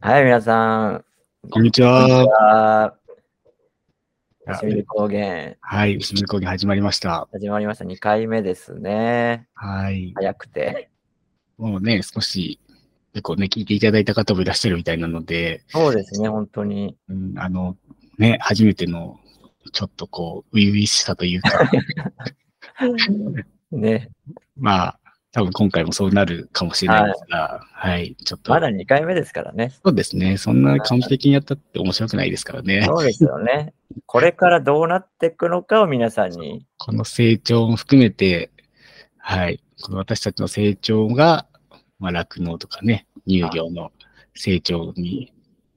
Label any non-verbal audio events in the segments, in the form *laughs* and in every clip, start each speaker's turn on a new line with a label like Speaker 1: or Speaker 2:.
Speaker 1: はい、皆さん。
Speaker 2: こんにち
Speaker 1: こんにち
Speaker 2: は。
Speaker 1: は。しみる高原、
Speaker 2: はい、牛見講義始まりました。
Speaker 1: 始まりました。2回目ですね。
Speaker 2: はい。
Speaker 1: 早くて。
Speaker 2: もうね、少し、結構ね、聞いていただいた方もいらっしゃるみたいなので、
Speaker 1: そうですね、本当に。
Speaker 2: うん、あの、ね、初めての、ちょっとこう、初々しさという
Speaker 1: *laughs*
Speaker 2: か、
Speaker 1: ね、
Speaker 2: まあ、多分今回もそうなるかもしれないですが、はい、ちょっと。
Speaker 1: まだ2回目ですからね。
Speaker 2: そうですね。そんな完璧にやったって面白くないですからね。
Speaker 1: そうですよね。これからどうなっていくのかを皆さんに。
Speaker 2: この成長も含めて、はい、この私たちの成長が、まあ、酪農とかね、乳業の成長に、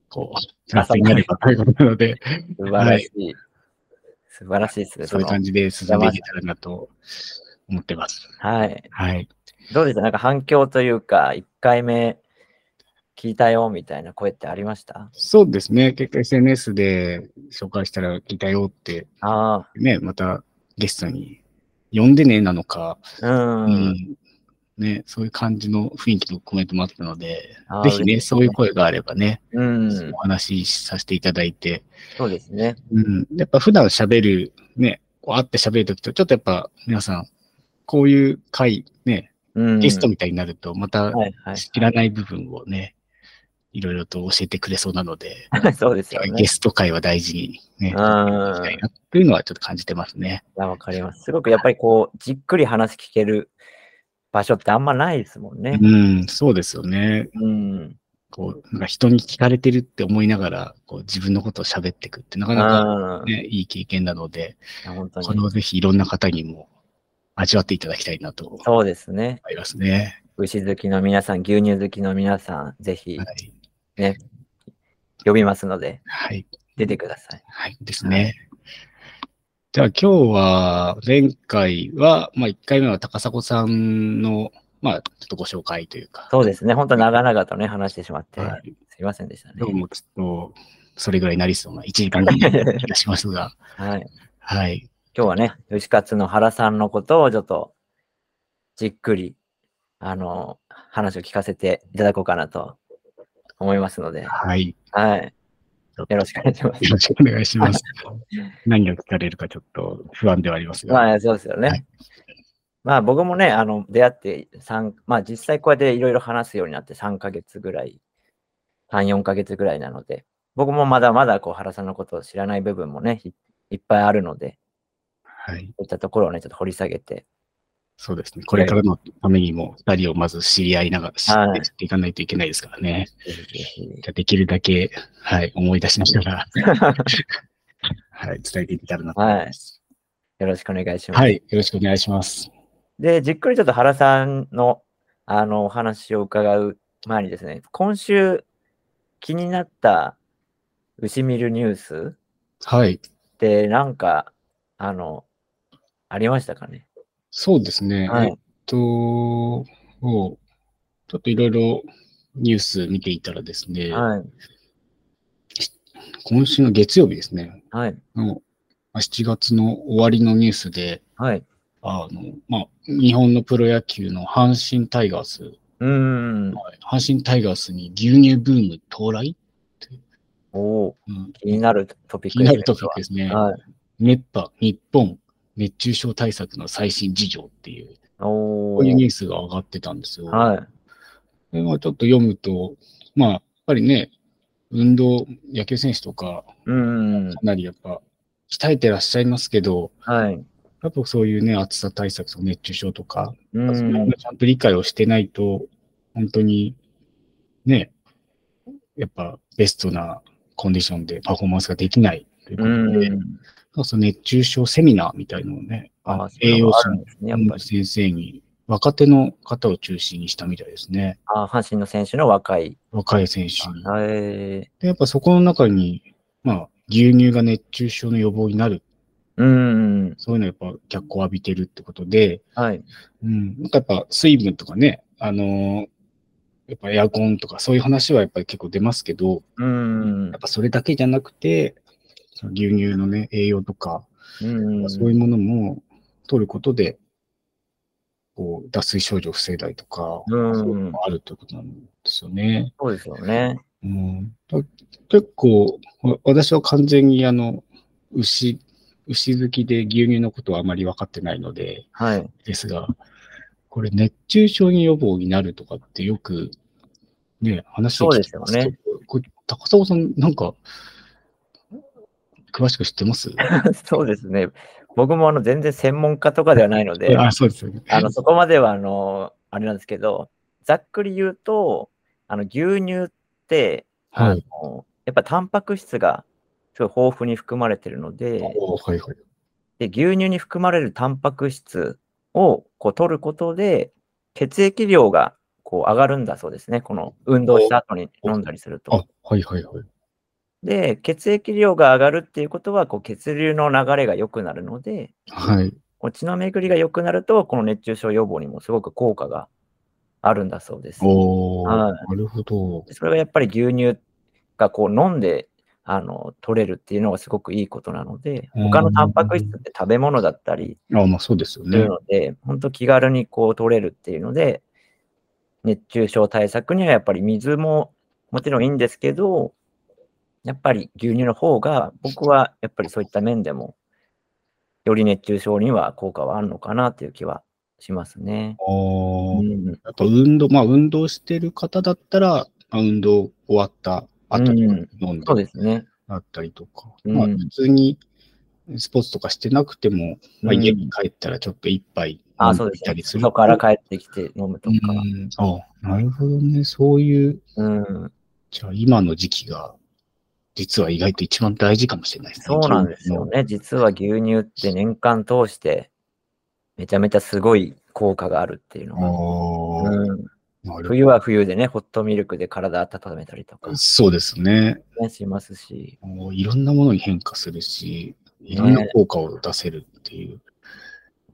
Speaker 2: こう、プラスになればということなので、
Speaker 1: 素晴らしい。素晴らしいですね。
Speaker 2: そういう感じで進んでいけたらなと思ってます。
Speaker 1: そのはい。
Speaker 2: はい。
Speaker 1: どうでしたなんか反響というか、1回目聞いたよみたいな声ってありました
Speaker 2: そうですね。結構 SNS で紹介したら聞いたよって、
Speaker 1: あ
Speaker 2: ね、またゲストに呼んでね、なのか、
Speaker 1: あ、うん。
Speaker 2: うんね、そういう感じの雰囲気のコメントもあったので、
Speaker 1: あー
Speaker 2: ぜひ
Speaker 1: 嬉
Speaker 2: ね、
Speaker 1: し
Speaker 2: そういう声があればね、
Speaker 1: うん
Speaker 2: お。話しさせていただいて、
Speaker 1: そうですね。
Speaker 2: うん、やっぱ普段喋る、ね、こう会って喋るときと、ちょっとやっぱ皆さん、こういう回、ね、
Speaker 1: うん。
Speaker 2: ゲストみたいになると、また
Speaker 1: はいはい
Speaker 2: 知らない部分をね、いろいろと教えてくれそうなので、
Speaker 1: はい。そうですよね
Speaker 2: ゲ。スト回は大事にね、い
Speaker 1: う
Speaker 2: き
Speaker 1: ん。
Speaker 2: たいなというのはちょっと感じてますね。
Speaker 1: いやわかります。すごくやっぱりこう、じっくり話聞ける場所ってあんまないですもんね。
Speaker 2: うん、そうですよね。
Speaker 1: うん。
Speaker 2: こう、なんか人に聞かれてるって思いながら、こう自分のことを喋ってくって、なか
Speaker 1: うん。い
Speaker 2: な
Speaker 1: や
Speaker 2: か、ね、いい経験なので、
Speaker 1: 本当
Speaker 2: これを
Speaker 1: に。
Speaker 2: ぜひいろんな方にも味わっていただきたいなと思
Speaker 1: そうですね。
Speaker 2: いますね。
Speaker 1: 牛好きの皆さん、牛乳好きの皆さん、ぜひ
Speaker 2: はい。
Speaker 1: 呼びますので、
Speaker 2: はい。
Speaker 1: 出てください。
Speaker 2: はい。ですね。じゃあ今日は、前回は、まあ1回目は高砂さんの、まあちょっとご紹介というか、
Speaker 1: そうですね。本当長々とね、話してしまって、
Speaker 2: はい
Speaker 1: すいませんでした
Speaker 2: 今日
Speaker 1: ね。
Speaker 2: もちょっと、それぐらいになりそうな1時
Speaker 1: *laughs*
Speaker 2: 間ぐらいの気がしますが、
Speaker 1: はい。
Speaker 2: はい。
Speaker 1: 今日はね、吉勝の原さんのことをちょっと、じっくり、あの、話を聞かせていただこうかなと思いますので、
Speaker 2: はい。
Speaker 1: はい。よろしくお願いします。
Speaker 2: よろしくお願いし
Speaker 1: *laughs*
Speaker 2: ます。何が聞かれるかちょっと不安ではありますが。
Speaker 1: まあ、そうですよね。
Speaker 2: はい
Speaker 1: まあ、僕もね、あの、出会って、三まあ、実際こうやっていろいろ話すようになって3ヶ月ぐらい、3、4ヶ月ぐらいなので、僕もまだまだ、こう、原さんのことを知らない部分もね、いいっぱいあるので、
Speaker 2: はい。
Speaker 1: そういったところをね、ちょっと掘り下
Speaker 2: *laughs*
Speaker 1: げて、
Speaker 2: そうですね。これからのためにも、二人をまず知り合いながら、知
Speaker 1: はい
Speaker 2: って知っていかないといけないですからね。
Speaker 1: ぜひぜひ
Speaker 2: じゃあできるだけ、はい、思い出しながら、はい、伝えていけたらなと思います。
Speaker 1: よろしくお願いします。
Speaker 2: はい、よろしくお願いします。
Speaker 1: で、じっくりちょっと原さんの、あの、お話を伺う前にですね、今週気になった牛見るニュース、
Speaker 2: はい、
Speaker 1: って、なんか、あの、ありましたかね。
Speaker 2: そうですね。
Speaker 1: は
Speaker 2: えっ
Speaker 1: い。
Speaker 2: と、もうちょっといろいろニュース見ていたらですね、
Speaker 1: はい。
Speaker 2: 今週の月曜日ですね、
Speaker 1: はい。
Speaker 2: のまあ7月の終わりのニュースで、
Speaker 1: はい。
Speaker 2: あの、まあ、日本のプロ野球の阪神タイガース、
Speaker 1: うーん。
Speaker 2: はい阪神タイガースに牛乳ブーム到来、
Speaker 1: おお
Speaker 2: うん
Speaker 1: ー、気になるトピッ
Speaker 2: 気
Speaker 1: ク
Speaker 2: にな
Speaker 1: ですね
Speaker 2: るトピックですね。
Speaker 1: はい。
Speaker 2: 熱波、日本、熱中症対策の最新事情っていう、
Speaker 1: お
Speaker 2: こ
Speaker 1: お
Speaker 2: ういうニュースが上がってたんですよ。
Speaker 1: はい。
Speaker 2: でまあ、ちょっと読むと、まあ、やっぱりね、運動、野球選手とか、
Speaker 1: うーん
Speaker 2: か。なりやっぱ、鍛えてらっしゃいますけど、
Speaker 1: はい。
Speaker 2: やっぱそういうね、暑さ対策とか熱中症とか、
Speaker 1: う
Speaker 2: その辺
Speaker 1: ーん
Speaker 2: が。ちゃんと理解をしてないと、本当に、ね、やっぱベストなコンディションでパフォーマンスができないという
Speaker 1: う
Speaker 2: ことで、
Speaker 1: ーん。
Speaker 2: その熱中症セミナーみたいのをね、あの
Speaker 1: あ、そうい
Speaker 2: 栄
Speaker 1: う
Speaker 2: 養
Speaker 1: のがあ
Speaker 2: 士
Speaker 1: る
Speaker 2: の
Speaker 1: んですね。やっぱり。
Speaker 2: 先生に、若手の方を中心にしたみたいですね。
Speaker 1: あー阪神の選手の若い。
Speaker 2: 若い選手に。
Speaker 1: はい。
Speaker 2: で、やっぱそこの中に、まあ、牛乳が熱中症の予防になる。
Speaker 1: うーん。
Speaker 2: そういうのやっぱ脚光を浴びてるってことで、
Speaker 1: はい。
Speaker 2: うん、なんかやっぱ水分とかね、あのーやっぱエアコンとかそういう話はやっぱり結構出ますけど、
Speaker 1: うーん
Speaker 2: やっ。ぱそれだけじゃなくて、その牛乳のね、栄養とか、
Speaker 1: うーん。
Speaker 2: そういうものも取ることで、こう、脱水症状を防いだりとか、
Speaker 1: うん
Speaker 2: そういうのもあるということなんですよね。
Speaker 1: そうですよね。
Speaker 2: うん、だ結構、わ私は完全にあの、牛、牛好きで牛乳のことはあまり分かってないので、
Speaker 1: はい。 *laughs*
Speaker 2: ですが、これ熱中症に予防になるとかってよく、ね、話を聞きま
Speaker 1: そうですよ
Speaker 2: けど。これ高砂さん、なんか、詳しく知ってます
Speaker 1: そうですね。僕もあの全然専門家とかではないの
Speaker 2: *laughs*
Speaker 1: で、
Speaker 2: あ、そうですよね。
Speaker 1: あのそこまではあのあれなんですけど、ざっくり言うと、あの牛乳って、
Speaker 2: はい。
Speaker 1: あのやっぱタンパク質がすごい豊富に含まれてるので、
Speaker 2: おーはいはい。
Speaker 1: で牛乳に含まれるタンパク質をこう取ることで、血液量がこう上がるんだそうですね。この運動した後に飲んだりすると。
Speaker 2: あ、はいはいはい。
Speaker 1: で、血液量が上がるっていうことは、こう血流の流れが良くなるので、
Speaker 2: はい。
Speaker 1: こう血の巡りが良くなると、この熱中症予防にもすごく効果があるんだそうです。
Speaker 2: おー、
Speaker 1: は
Speaker 2: なるほど
Speaker 1: で。それがやっぱり牛乳がこう飲んであの取れるっていうのがすごくいいことなので、
Speaker 2: うん
Speaker 1: 他のタンパク質って食べ物だったり
Speaker 2: あ、まあそうですよ
Speaker 1: する
Speaker 2: ね。
Speaker 1: ので、本当気軽にこう取れるっていうので、熱中症対策にはやっぱり水ももちろんいいんですけど、やっぱり牛乳の方が僕はやっぱりそういった面でも、より熱中症には効果はあるのかなという気はしますね。
Speaker 2: あー
Speaker 1: うん
Speaker 2: やっぱ運動、まあ運動してる方だったら、あ運動終わった後に
Speaker 1: うん
Speaker 2: 飲んだ
Speaker 1: そう
Speaker 2: り
Speaker 1: ですね。
Speaker 2: だったりとか、
Speaker 1: うん
Speaker 2: まあ普通にスポーツとかしてなくても、まあ
Speaker 1: うん
Speaker 2: 家に帰ったらちょっと一杯飲
Speaker 1: あ、
Speaker 2: ん
Speaker 1: そう
Speaker 2: で
Speaker 1: で
Speaker 2: み
Speaker 1: す
Speaker 2: た
Speaker 1: ね。
Speaker 2: りする。
Speaker 1: 外から帰ってきて飲むとか。
Speaker 2: うんあ、なるほどね。そういう、
Speaker 1: うん、
Speaker 2: じゃあ今の時期が、実は意外と一番大事かもしれないですね。
Speaker 1: そうなんですよね。実は牛乳って年間通してめちゃめちゃすごい効果があるっていう
Speaker 2: あ
Speaker 1: のが。
Speaker 2: ー
Speaker 1: うん、
Speaker 2: なるほ
Speaker 1: 冬は冬でね、ホットミルクで体温めたりとか
Speaker 2: ど。、そうですね。
Speaker 1: ね、しますし、
Speaker 2: もういろんなものに変化するし、いろんな効果を出せるっていう、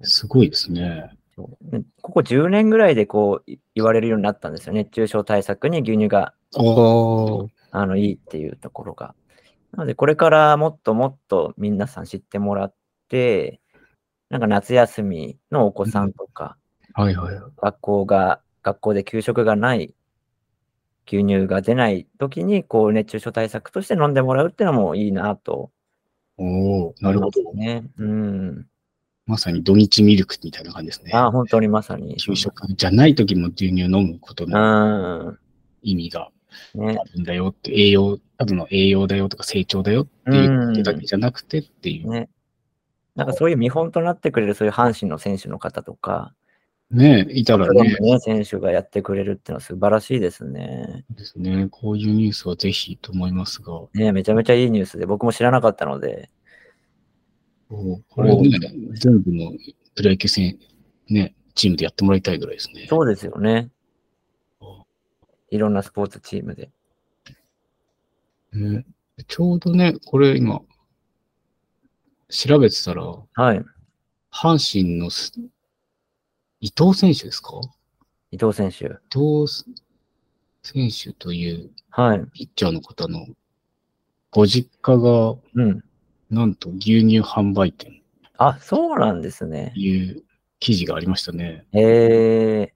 Speaker 2: すごいですね。
Speaker 1: そうねここ10年ぐらいでこうい言われるようになったんですよね。熱中症対策に牛乳が
Speaker 2: ああ、
Speaker 1: あのいいっていうところが。なので、これからもっともっと皆さん知ってもらって、なんか夏休みのお子さんとか、
Speaker 2: はいはい。
Speaker 1: 学校が、学校で給食がない、牛乳が出ない時に、こう、熱中症対策として飲んでもらうっていうのもいいなと
Speaker 2: おおなる
Speaker 1: 思い
Speaker 2: ほ
Speaker 1: ます
Speaker 2: ど。
Speaker 1: ね。うん。
Speaker 2: まさに土日ミルクみたいな感じですね。
Speaker 1: あ本当にまさに。
Speaker 2: 給食じゃない時も牛乳飲むこと
Speaker 1: う
Speaker 2: の
Speaker 1: ん。
Speaker 2: 意味が
Speaker 1: ね
Speaker 2: あ。るんだよって、栄養、ただの栄養だよとか成長だよっていうことだけじゃなくてっていう。
Speaker 1: ね。なんかそういう見本となってくれる、そういう阪神の選手の方とか、
Speaker 2: ねいたら
Speaker 1: プロ
Speaker 2: ね
Speaker 1: の、ね、選手がやってくれるっていうのは素晴らしいですね。
Speaker 2: ですね。こういうニュースはぜひと思いますが、お
Speaker 1: ねめちゃめちゃいいニュースで、僕も知らなかったので、
Speaker 2: ーこれね、全部のプロ野球戦、ね、チームでやってもらいたいぐらいですね。
Speaker 1: そうですよね
Speaker 2: お。
Speaker 1: いろんなスポーツチームで。
Speaker 2: ね、ちょうどね、これ今、調べてたら、
Speaker 1: はい。
Speaker 2: 阪神のす伊藤選手ですか
Speaker 1: 伊藤選手。
Speaker 2: 伊藤選手という
Speaker 1: はい。
Speaker 2: ピッチャーの方のご実家が、
Speaker 1: うん。
Speaker 2: なんと牛乳販売店
Speaker 1: あ、そうなんですね
Speaker 2: と。いう記事がありましたね。
Speaker 1: へえ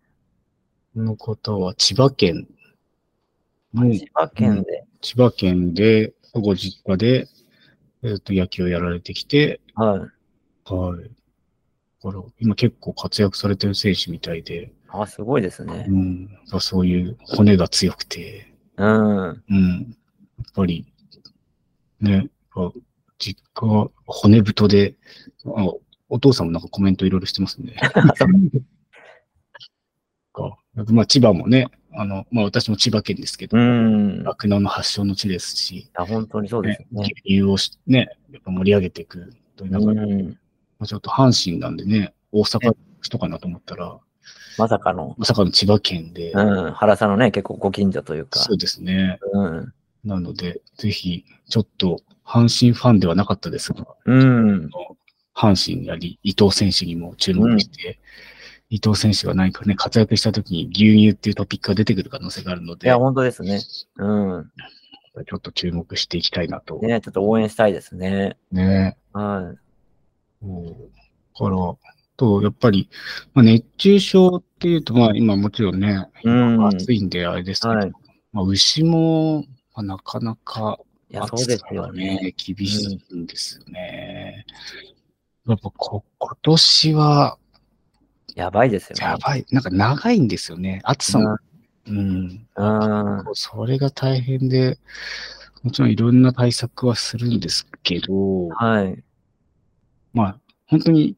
Speaker 2: この方は千葉県の、
Speaker 1: 千葉県で。
Speaker 2: 千葉県で、ご実家で、えっ、と、野球をやられてきて、
Speaker 1: はい。
Speaker 2: はい。だから、今結構活躍されてる選手みたいで、
Speaker 1: あ、すごいですね
Speaker 2: う。ん、だからそういう骨が強くて、
Speaker 1: うん。
Speaker 2: うん、やっぱり、ね、あ実家は骨太であ、お父さんもなんかコメントいろいろしてます
Speaker 1: *laughs*
Speaker 2: ね。かまあ、千葉もね、あの、まあ私も千葉県ですけど
Speaker 1: う、ん。
Speaker 2: 酪農、の発祥の地ですし、
Speaker 1: あ、本当にそうですよね
Speaker 2: 牛。乳をしね、やっぱ盛り上げていくという中で、
Speaker 1: うん。
Speaker 2: まあちょっと阪神なんでね、大阪の人かなと思ったら、
Speaker 1: まさかの。
Speaker 2: まさかの千葉県で、
Speaker 1: うん。原さんのね、結構ご近所というか。
Speaker 2: そうですね。
Speaker 1: うん。
Speaker 2: なので、ぜひ、ちょっと、阪神ファンではなかったですが、
Speaker 1: うん。
Speaker 2: 阪神やり、伊藤選手にも注目して、伊藤選手が何かね、活躍した時に牛乳っていうトピックが出てくる可能性があるの
Speaker 1: い
Speaker 2: で、
Speaker 1: や、本当ですね。うん。
Speaker 2: ちょっと注目していきたいなと。ね
Speaker 1: ね、ちょっと応援したいですね。は
Speaker 2: そうから、と、やっぱり、まあ、熱中症っていうと、まあ今もちろんね、
Speaker 1: うん
Speaker 2: 暑いんであれですけど、
Speaker 1: はい
Speaker 2: まあ、牛もまあ、なかなか、
Speaker 1: いや、そうですよね。
Speaker 2: ね。厳しいんですよね。やっぱこ、今年は、
Speaker 1: やばいですよね。
Speaker 2: やばい。なんか長いんですよね。暑さも。うん。
Speaker 1: うん。
Speaker 2: それが大変で、もちろんいろんな対策はするんですけど、
Speaker 1: はい。
Speaker 2: まあ、本当に、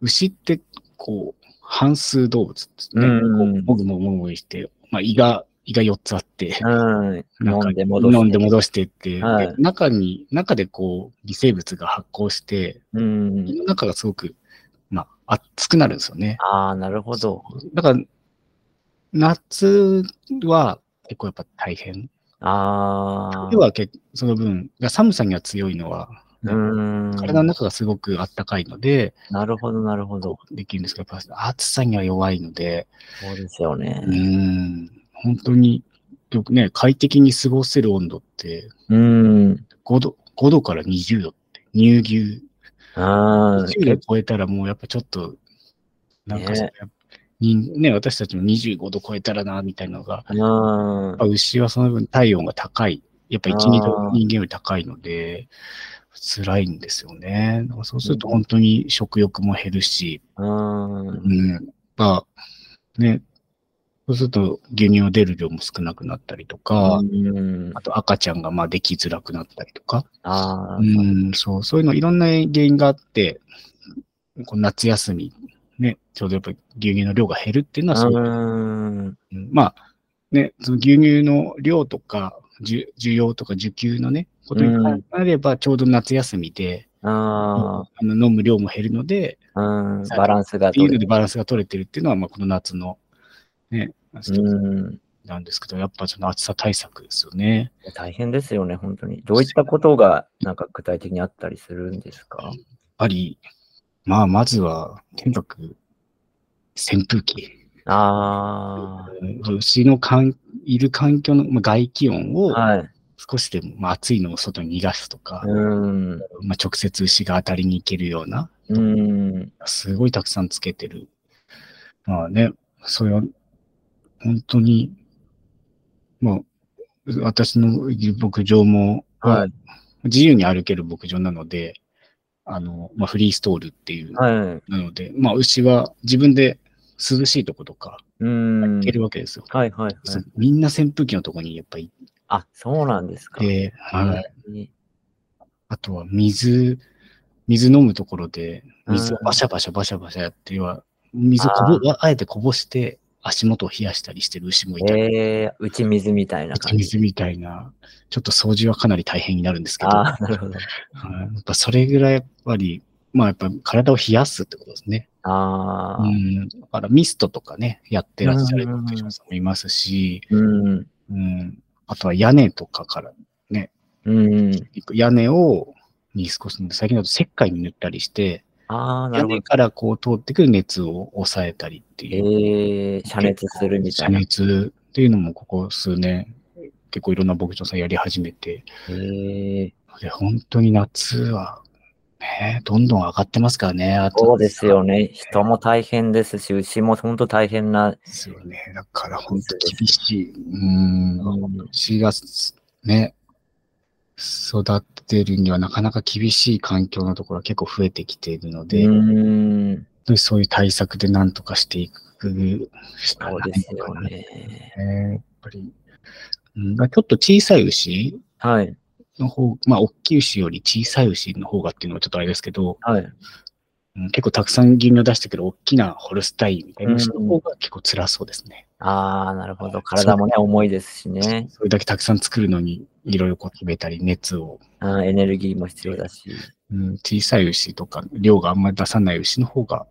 Speaker 2: 牛って、こう、半数動物ですね。
Speaker 1: うんうん
Speaker 2: こうもぐもぐもぐもぐして、まあ、胃が、胃が4つあって、
Speaker 1: うん。
Speaker 2: な
Speaker 1: 飲
Speaker 2: か
Speaker 1: んで戻して。
Speaker 2: 飲んで戻してって、
Speaker 1: はい
Speaker 2: で中に、中でこう、微生物が発酵して、
Speaker 1: うん
Speaker 2: 胃。の中がすごく、まあ、熱くなるんですよね。
Speaker 1: ああ、なるほど。
Speaker 2: だから、夏は結構やっぱ大変。
Speaker 1: あ
Speaker 2: 冬は結その分、寒さには強いのは、
Speaker 1: あ。うん。
Speaker 2: 体の中がすごく暖かいので、
Speaker 1: なるほど、なるほど。
Speaker 2: できるんですけど、やっぱ暑さには弱いので、
Speaker 1: そうですよね
Speaker 2: う。ん、本当に、よくね、快適に過ごせる温度って、
Speaker 1: うん。
Speaker 2: 5度、5度から20度って、乳牛、
Speaker 1: あ
Speaker 2: 20度超えたらもうやっぱちょっと、なんかその
Speaker 1: ね
Speaker 2: やっぱ人ね、私たちも25度超えたらな、みたいなのが、
Speaker 1: あ。うん
Speaker 2: やっぱ。牛はその分体温が高い。やっぱ1、
Speaker 1: あー
Speaker 2: 2度人間より高いので、辛いんですよね。だからそうすると本当に食欲も減るし、
Speaker 1: うん。
Speaker 2: うん。まあ、ね、そうすると牛乳を出る量も少なくなったりとか、
Speaker 1: うん
Speaker 2: あと赤ちゃんがまあできづらくなったりとか、
Speaker 1: ああ
Speaker 2: う。ん、そう、そういうのいろんな原因があって、こう夏休み、ね、ちょうどやっぱり牛乳の量が減るっていうのはそういう
Speaker 1: う
Speaker 2: う
Speaker 1: ん。
Speaker 2: んまあ、ね、その牛乳の量とか、需需要とか需給のね、ことに
Speaker 1: うん
Speaker 2: なれば、ちょうど夏休みで、
Speaker 1: あ
Speaker 2: あの飲む量も減るので、
Speaker 1: あ。うん。バランスが
Speaker 2: っていう
Speaker 1: 取
Speaker 2: の
Speaker 1: れ
Speaker 2: で
Speaker 1: る。
Speaker 2: バランスが取れてるっていうのは、まあ、この夏の、ね、一つ
Speaker 1: うん。
Speaker 2: なんですけど、やっぱその暑さ対策ですよね。
Speaker 1: 大変ですよね、本当に。どういったことが、なんか具体的にあったりするんですか
Speaker 2: やっぱり、まあ、まずは、とにかく、扇風機。
Speaker 1: あ
Speaker 2: 牛のかんいる環境の、まあ、外気温
Speaker 1: あ。
Speaker 2: を
Speaker 1: はい。
Speaker 2: 少しでも、まあ、暑いのを外に逃がすとか、
Speaker 1: うん。
Speaker 2: まあ、直接牛が当たりに行けるような、
Speaker 1: うん。
Speaker 2: すごいたくさんつけてる。まあね、それは、本当に、まあ、私の牧場も、
Speaker 1: はい。
Speaker 2: 自由に歩ける牧場なので、あの、まあ、フリーストールっていう、
Speaker 1: はい。
Speaker 2: なので、まあ、牛は自分で涼しいとことか
Speaker 1: うん。
Speaker 2: 行けるわけですよ。
Speaker 1: はいはいはい。
Speaker 2: そうみんな扇風機のとこにやっぱ行
Speaker 1: あ、そうなんです
Speaker 2: っ
Speaker 1: か。
Speaker 2: て、はい
Speaker 1: い。
Speaker 2: あとは水、水飲むところで、水を
Speaker 1: うん
Speaker 2: バシャバシャバシャバシャやって要は、水をこぼ、あえてこぼして、足元を冷やしたりしてる牛もいたり、
Speaker 1: えー、打ち水みたいな
Speaker 2: 打ち
Speaker 1: 感じ。
Speaker 2: 水みたいな、ちょっと掃除はかなり大変になるんですけど、
Speaker 1: ああ、なるほど。
Speaker 2: はいやっぱそれぐらいやっぱり、まあやっぱ体を冷やすってことですね。
Speaker 1: あ
Speaker 2: う
Speaker 1: あ。
Speaker 2: ん。だからミストとかね、やってらっしゃる
Speaker 1: うん
Speaker 2: 牧場さんもいますし、
Speaker 1: うん。
Speaker 2: うん。あとは屋根とかから、
Speaker 1: うん。
Speaker 2: 屋根を、に少し、最近だと石灰に塗ったりして、
Speaker 1: ああ、な
Speaker 2: 屋
Speaker 1: るほ
Speaker 2: 根
Speaker 1: ど。
Speaker 2: からこう通ってくる熱を抑えたりっていう。
Speaker 1: えー、遮熱するみたいな。
Speaker 2: 遮
Speaker 1: え
Speaker 2: 熱っていうのもここ数年、結構いろんな牧場さんやり始めて、
Speaker 1: ー、
Speaker 2: で本当に夏は、ね、どんどん上がってますからね。あと
Speaker 1: そうですよね。人も大変ですし、牛も本当大変な。
Speaker 2: ですよね。だから本当厳しい。うん。4月、ね、育てるにはなかなか厳しい環境のところが結構増えてきているので、
Speaker 1: うん。
Speaker 2: そういう対策でなんとかしていくしか
Speaker 1: そう
Speaker 2: ない
Speaker 1: です
Speaker 2: の
Speaker 1: よ
Speaker 2: かな
Speaker 1: ね。
Speaker 2: ねやっぱり。うん、まあちょっと小さい牛
Speaker 1: はい。
Speaker 2: の方、まあ、大きい牛より小さい牛の方がっていうのはちょっとあれですけど、
Speaker 1: はい。
Speaker 2: うん結構たくさん牛乳を出してくる大きなホルスタインみたいな牛の
Speaker 1: うん
Speaker 2: 方が結構辛そうですね。
Speaker 1: ああ、なるほど。体もね、重いですしね。
Speaker 2: それだけたくさん作るのに、いろいろこう決めたり、熱を、
Speaker 1: あーエネルギーも必要だし。
Speaker 2: うん、小さい牛とか、量があんまり出さない牛の方が、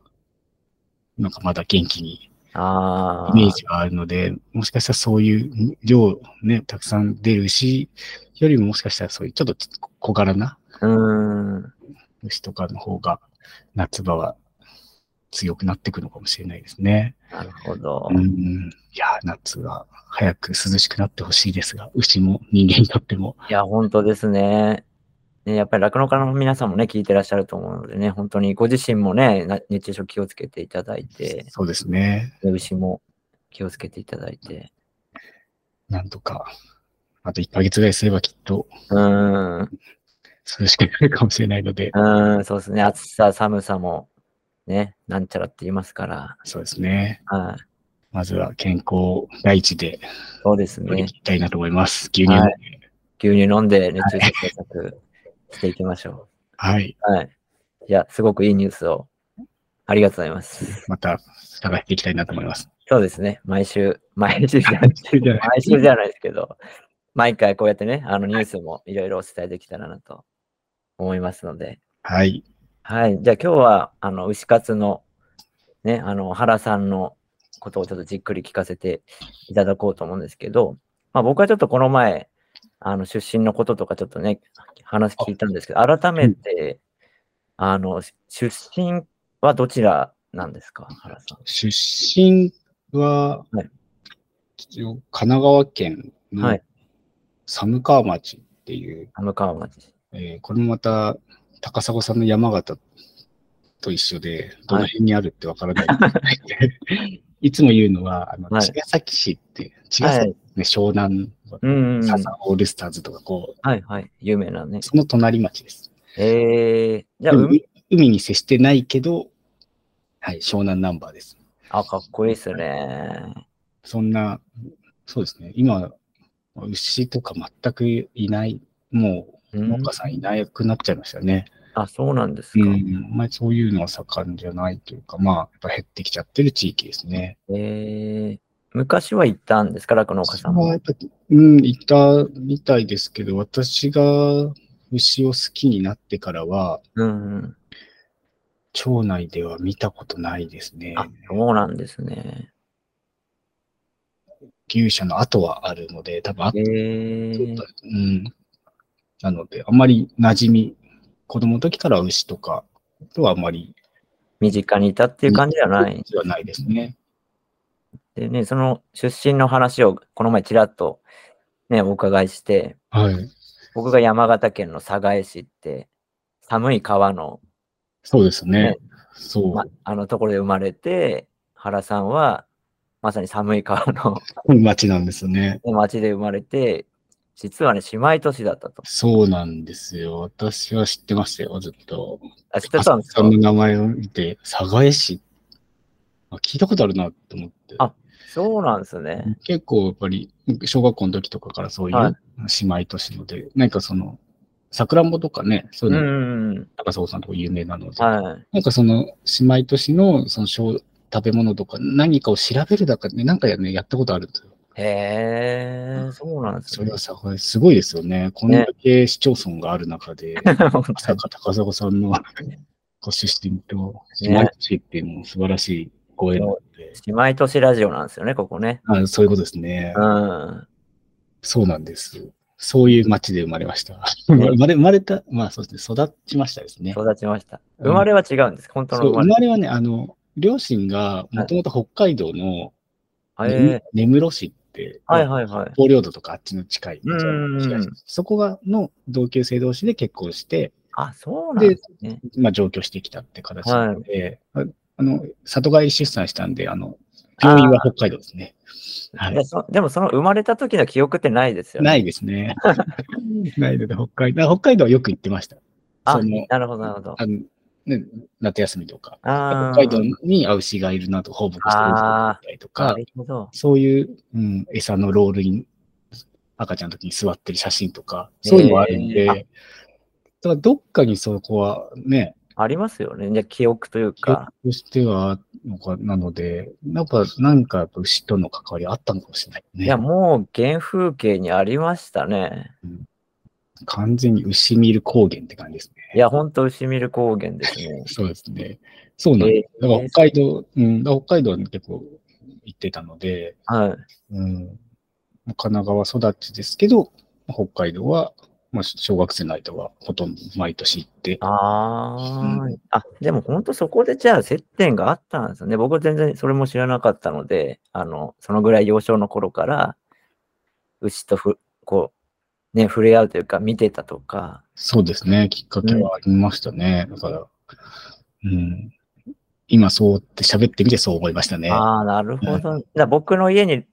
Speaker 2: なんかまだ元気に
Speaker 1: あ
Speaker 2: イメージがあるので、もしかしたらそういう量ね、たくさん出る牛よりももしかしたらそういうちょっと小柄な
Speaker 1: あ。うん。
Speaker 2: 牛とかの方が夏場は強くなってくるのかもしれないですね。
Speaker 1: なるほど。
Speaker 2: うん、いやー、夏は早く涼しくなってほしいですが、牛も人間にとっても。
Speaker 1: いや、本当ですね。ね、やっぱり酪農家の皆さんもね、聞いてらっしゃると思うのでね、本当にご自身もね、な熱中症気をつけていただいて、
Speaker 2: そうですね。
Speaker 1: 牛も気をつけていただいて。
Speaker 2: なんとかあと1ヶ月ぐらいすればきっと
Speaker 1: うーん。
Speaker 2: 涼しくなるかもしれないので、
Speaker 1: うーん、そうですね。暑さ、寒さも、ね、なんちゃらって言いますから。
Speaker 2: そうですね。
Speaker 1: はい。
Speaker 2: まずは健康第一で
Speaker 1: そうです
Speaker 2: 乗り
Speaker 1: ね。
Speaker 2: 切りたいなと思います。牛乳飲んで。
Speaker 1: 牛乳飲んで熱中症対策していきましょ
Speaker 2: はい。
Speaker 1: う。はい。いや、すごくいいニュースを、ありがとうございます。
Speaker 2: また探していきたいなと思います。
Speaker 1: そうですね。毎週、毎週じゃない毎週じゃないですけど、毎回こうやってね、あのニュースもいろいろお伝えできたらなと思いますので。
Speaker 2: はい。
Speaker 1: はい。じゃあ今日は、あの、牛活の、ね、あの、原さんのことをちょっとじっくり聞かせていただこうと思うんですけど、まあ僕はちょっとこの前、あの、出身のこととかちょっとね、話聞いたんですけど、改めて、あの、し出身はどちらなんですか、原さん。
Speaker 2: 出身は、
Speaker 1: はい
Speaker 2: 一応神奈川県
Speaker 1: は
Speaker 2: の
Speaker 1: い
Speaker 2: 寒川町っていう、
Speaker 1: 寒川町。
Speaker 2: えーこれもまた高砂さんの山形と一緒で、どの辺にあるってわから
Speaker 1: *laughs*
Speaker 2: ない。い、つも言うのは、あの
Speaker 1: はい
Speaker 2: 茅ヶ崎市って、茅ヶ
Speaker 1: は
Speaker 2: 崎、ね
Speaker 1: い。
Speaker 2: 湘南、
Speaker 1: うん、うん。
Speaker 2: サ
Speaker 1: はい
Speaker 2: ザンオールスターズとか、こう、
Speaker 1: はい。有名なね。
Speaker 2: その隣町です。
Speaker 1: えー、じゃあ
Speaker 2: でも
Speaker 1: 海、
Speaker 2: 海に接してないけど、はい、湘南ナンバーです。
Speaker 1: あ、かっこいいっすね。
Speaker 2: そんな、そうですね。今、牛とか全くいない、も
Speaker 1: う
Speaker 2: う農
Speaker 1: ん
Speaker 2: 家、さんいなくなっちゃいましたよね。
Speaker 1: あ、そうなんです
Speaker 2: う
Speaker 1: か。
Speaker 2: ん。あんまりそういうのは盛んじゃないというか、まあ、やっぱ減ってきちゃってる地域ですね。
Speaker 1: えー、昔は行ったんですから、このお母さん
Speaker 2: まあ
Speaker 1: も。
Speaker 2: やっぱうん、いたみたいですけど、私が牛を好きになってからは、
Speaker 1: うんうん。
Speaker 2: 町内では見たことないですね。
Speaker 1: あ、そうなんですね。
Speaker 2: 牛舎の後はあるので、多分あ
Speaker 1: え
Speaker 2: ちょっ
Speaker 1: ー
Speaker 2: と、うん。なので、あんまり馴染み、子供の時から牛とかとはあまり、
Speaker 1: 身近にいたっていう感じじゃない。
Speaker 2: ではないですね。
Speaker 1: でね、その出身の話をこの前ちらっとね、お伺いして、
Speaker 2: はい。
Speaker 1: 僕が山形県の寒河江市って、寒い川の,、
Speaker 2: そうですね
Speaker 1: ね。
Speaker 2: そう。
Speaker 1: ま、あのところで生まれて、原さんはまさに寒い川の
Speaker 2: *laughs* この町なんですね。
Speaker 1: 町で生まれて、実はね、姉妹都市だったと。
Speaker 2: そうなんですよ。私は知ってましたよ、ずっと。
Speaker 1: あ、知ってたんですか
Speaker 2: 浅野さんの名前を見て、寒河江市。あ聞いたことあるなと思って。
Speaker 1: あそうなんですね。
Speaker 2: 結構やっぱり、小学校の時とかからそうい
Speaker 1: はいう
Speaker 2: 姉妹都市ので、なんかその、桜んぼとかね、そううんいうの、
Speaker 1: うんうん。
Speaker 2: 高砂さんとか有名なので、
Speaker 1: はい。
Speaker 2: なんかその姉妹都市のその小食べ物とか何かを調べるだかね、なんかや,、ね、やったことあるんですよ。
Speaker 1: へえ、そうなんです
Speaker 2: それ
Speaker 1: ね
Speaker 2: は。さ、これすごいですよね。こんだけ市町村がある中で、
Speaker 1: 本
Speaker 2: まさか高砂さん
Speaker 1: *laughs*
Speaker 2: のご出身と姉妹都市っていうのも素晴らしいご縁なので、
Speaker 1: 当 *laughs* に姉妹都市ラジオなんですよね、ここね。
Speaker 2: あそういうことですね
Speaker 1: う。ん。
Speaker 2: そうなんです。そういう町で生まれました。
Speaker 1: ね
Speaker 2: *laughs* 生まれ、生まれた、まあそうですね、育ちましたですね。
Speaker 1: 育ちました。
Speaker 2: うん
Speaker 1: 生まれは違うんです。本当
Speaker 2: そう
Speaker 1: の
Speaker 2: 生
Speaker 1: 生ま
Speaker 2: まれはね、あの、両親がもともと北海道の
Speaker 1: れ。
Speaker 2: ね
Speaker 1: へえ
Speaker 2: 根室市って、
Speaker 1: はいはいはい。
Speaker 2: 北領土とかあっちの近い、
Speaker 1: うんうんうん
Speaker 2: そこがの同級生同士で結婚して、
Speaker 1: あ、そうなんですね。
Speaker 2: まあ、上京してきたって形なので、ああの里帰り出産したんで、あの
Speaker 1: あー
Speaker 2: 病院は北海道ですね。は
Speaker 1: で
Speaker 2: い、
Speaker 1: そでもその生まれた時の記憶ってないですよね。。
Speaker 2: ないいです
Speaker 1: *laughs*
Speaker 2: ね。ないので、北海道、北海道はよく行ってました。そ
Speaker 1: あ、
Speaker 2: の
Speaker 1: なるほどなるほど。
Speaker 2: あのね、夏休みとか、
Speaker 1: あ
Speaker 2: 北
Speaker 1: ー
Speaker 2: 海道にアウシがいるなと放牧してる人だったりと
Speaker 1: な
Speaker 2: か、
Speaker 1: るほど。
Speaker 2: そういう、うん、餌のロールに赤ちゃんの時に座ってる写真とか、そういうのがあるんで、
Speaker 1: へーあ
Speaker 2: だからどっかにそこはね、
Speaker 1: ありますよね。じゃあ記憶という
Speaker 2: 記憶
Speaker 1: か。
Speaker 2: としてはあるのか、なので、なんか、なんかやっぱ牛との関わりあったのかもしれないね。
Speaker 1: いや、もう原風景にありましたね。
Speaker 2: 完全に牛見る高原って感じですね。。
Speaker 1: いや、本当牛見る高原ですね
Speaker 2: そうですね。そうなんです。だから北海道、うん、だから北海道に結構行ってたので、
Speaker 1: はい。
Speaker 2: うん、神奈川育ちですけど、北海道は、まあ、小学生の間はほとんど毎年行って、
Speaker 1: あ
Speaker 2: う
Speaker 1: ーあ、でも本当そこでじゃあ接点があったんですよね。僕は全然それも知らなかったので、あの、そのぐらい幼少の頃から、牛とふ、こう、ね、触れ合うというか、見てたとか、
Speaker 2: そうですね。きっかけはありましたね。だから、うん。今そうって喋ってみてそう思いましたね。
Speaker 1: ああ、なるほど。だから僕の家に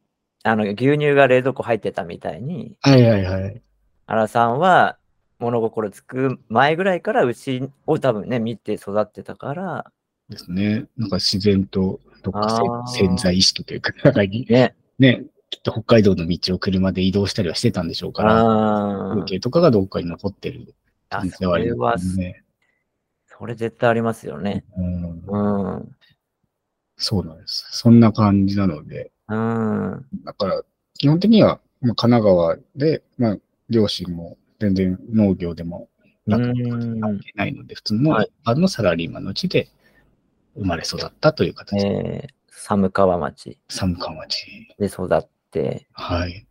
Speaker 1: あの牛乳が冷蔵庫入ってたみたいに、
Speaker 2: はいはいはい。
Speaker 1: 原さんは物心つく前ぐらいから牛を多分ね、見て育ってたから、
Speaker 2: ですね。なんか自然と、どっ
Speaker 1: あ
Speaker 2: か
Speaker 1: ー
Speaker 2: せ潜在意識というか、なんかに
Speaker 1: ね。
Speaker 2: ね、きっと北海道の道を車で移動したりはしてたんでしょうから、
Speaker 1: あ
Speaker 2: 風
Speaker 1: ー
Speaker 2: 景とかがどっかに残ってる
Speaker 1: あ、
Speaker 2: 可
Speaker 1: それは、
Speaker 2: ね。
Speaker 1: それ絶対ありますよね。
Speaker 2: うん、
Speaker 1: うん。
Speaker 2: そうなんです。そんな感じなので、
Speaker 1: うん。
Speaker 2: だから、基本的には、まあ、神奈川で、まあ、両親も全然農業でも楽なことに関係ないので、普通の
Speaker 1: はい
Speaker 2: 一般のサラリーマンのうちで生まれ育ったという
Speaker 1: え
Speaker 2: 形で、
Speaker 1: ー寒川町
Speaker 2: 寒川町。
Speaker 1: で育って、
Speaker 2: はい。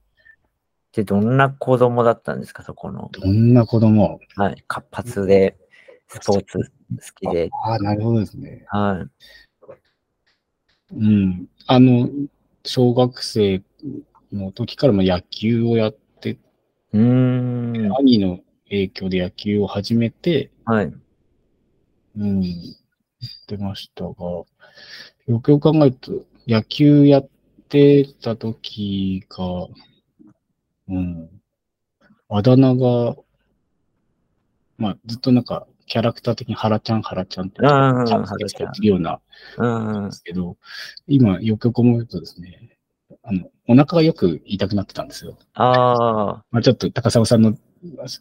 Speaker 1: で、どんな子供だったんですか、そこの。
Speaker 2: どんな子供
Speaker 1: はい。活発で、スポーツ好きで。
Speaker 2: ああ、なるほどですね。
Speaker 1: はい。
Speaker 2: うん。あの、小学生の時からも野球をやって、
Speaker 1: うーん。
Speaker 2: 兄の影響で野球を始めて、
Speaker 1: はい。
Speaker 2: うん、言ってましたが、よくよく考えると、野球やってた時が、うん、あだ名が、まあ、ずっとなんか、キャラクター的に原ちゃん、原ちゃんって、
Speaker 1: うんうんうん
Speaker 2: ちゃんつけてやってるような、
Speaker 1: うん
Speaker 2: で。すけど、今、よくよく思うとですね、あの、お腹がよく痛くなってたんですよ。
Speaker 1: あ
Speaker 2: まあ、ちょっと、高砂さんの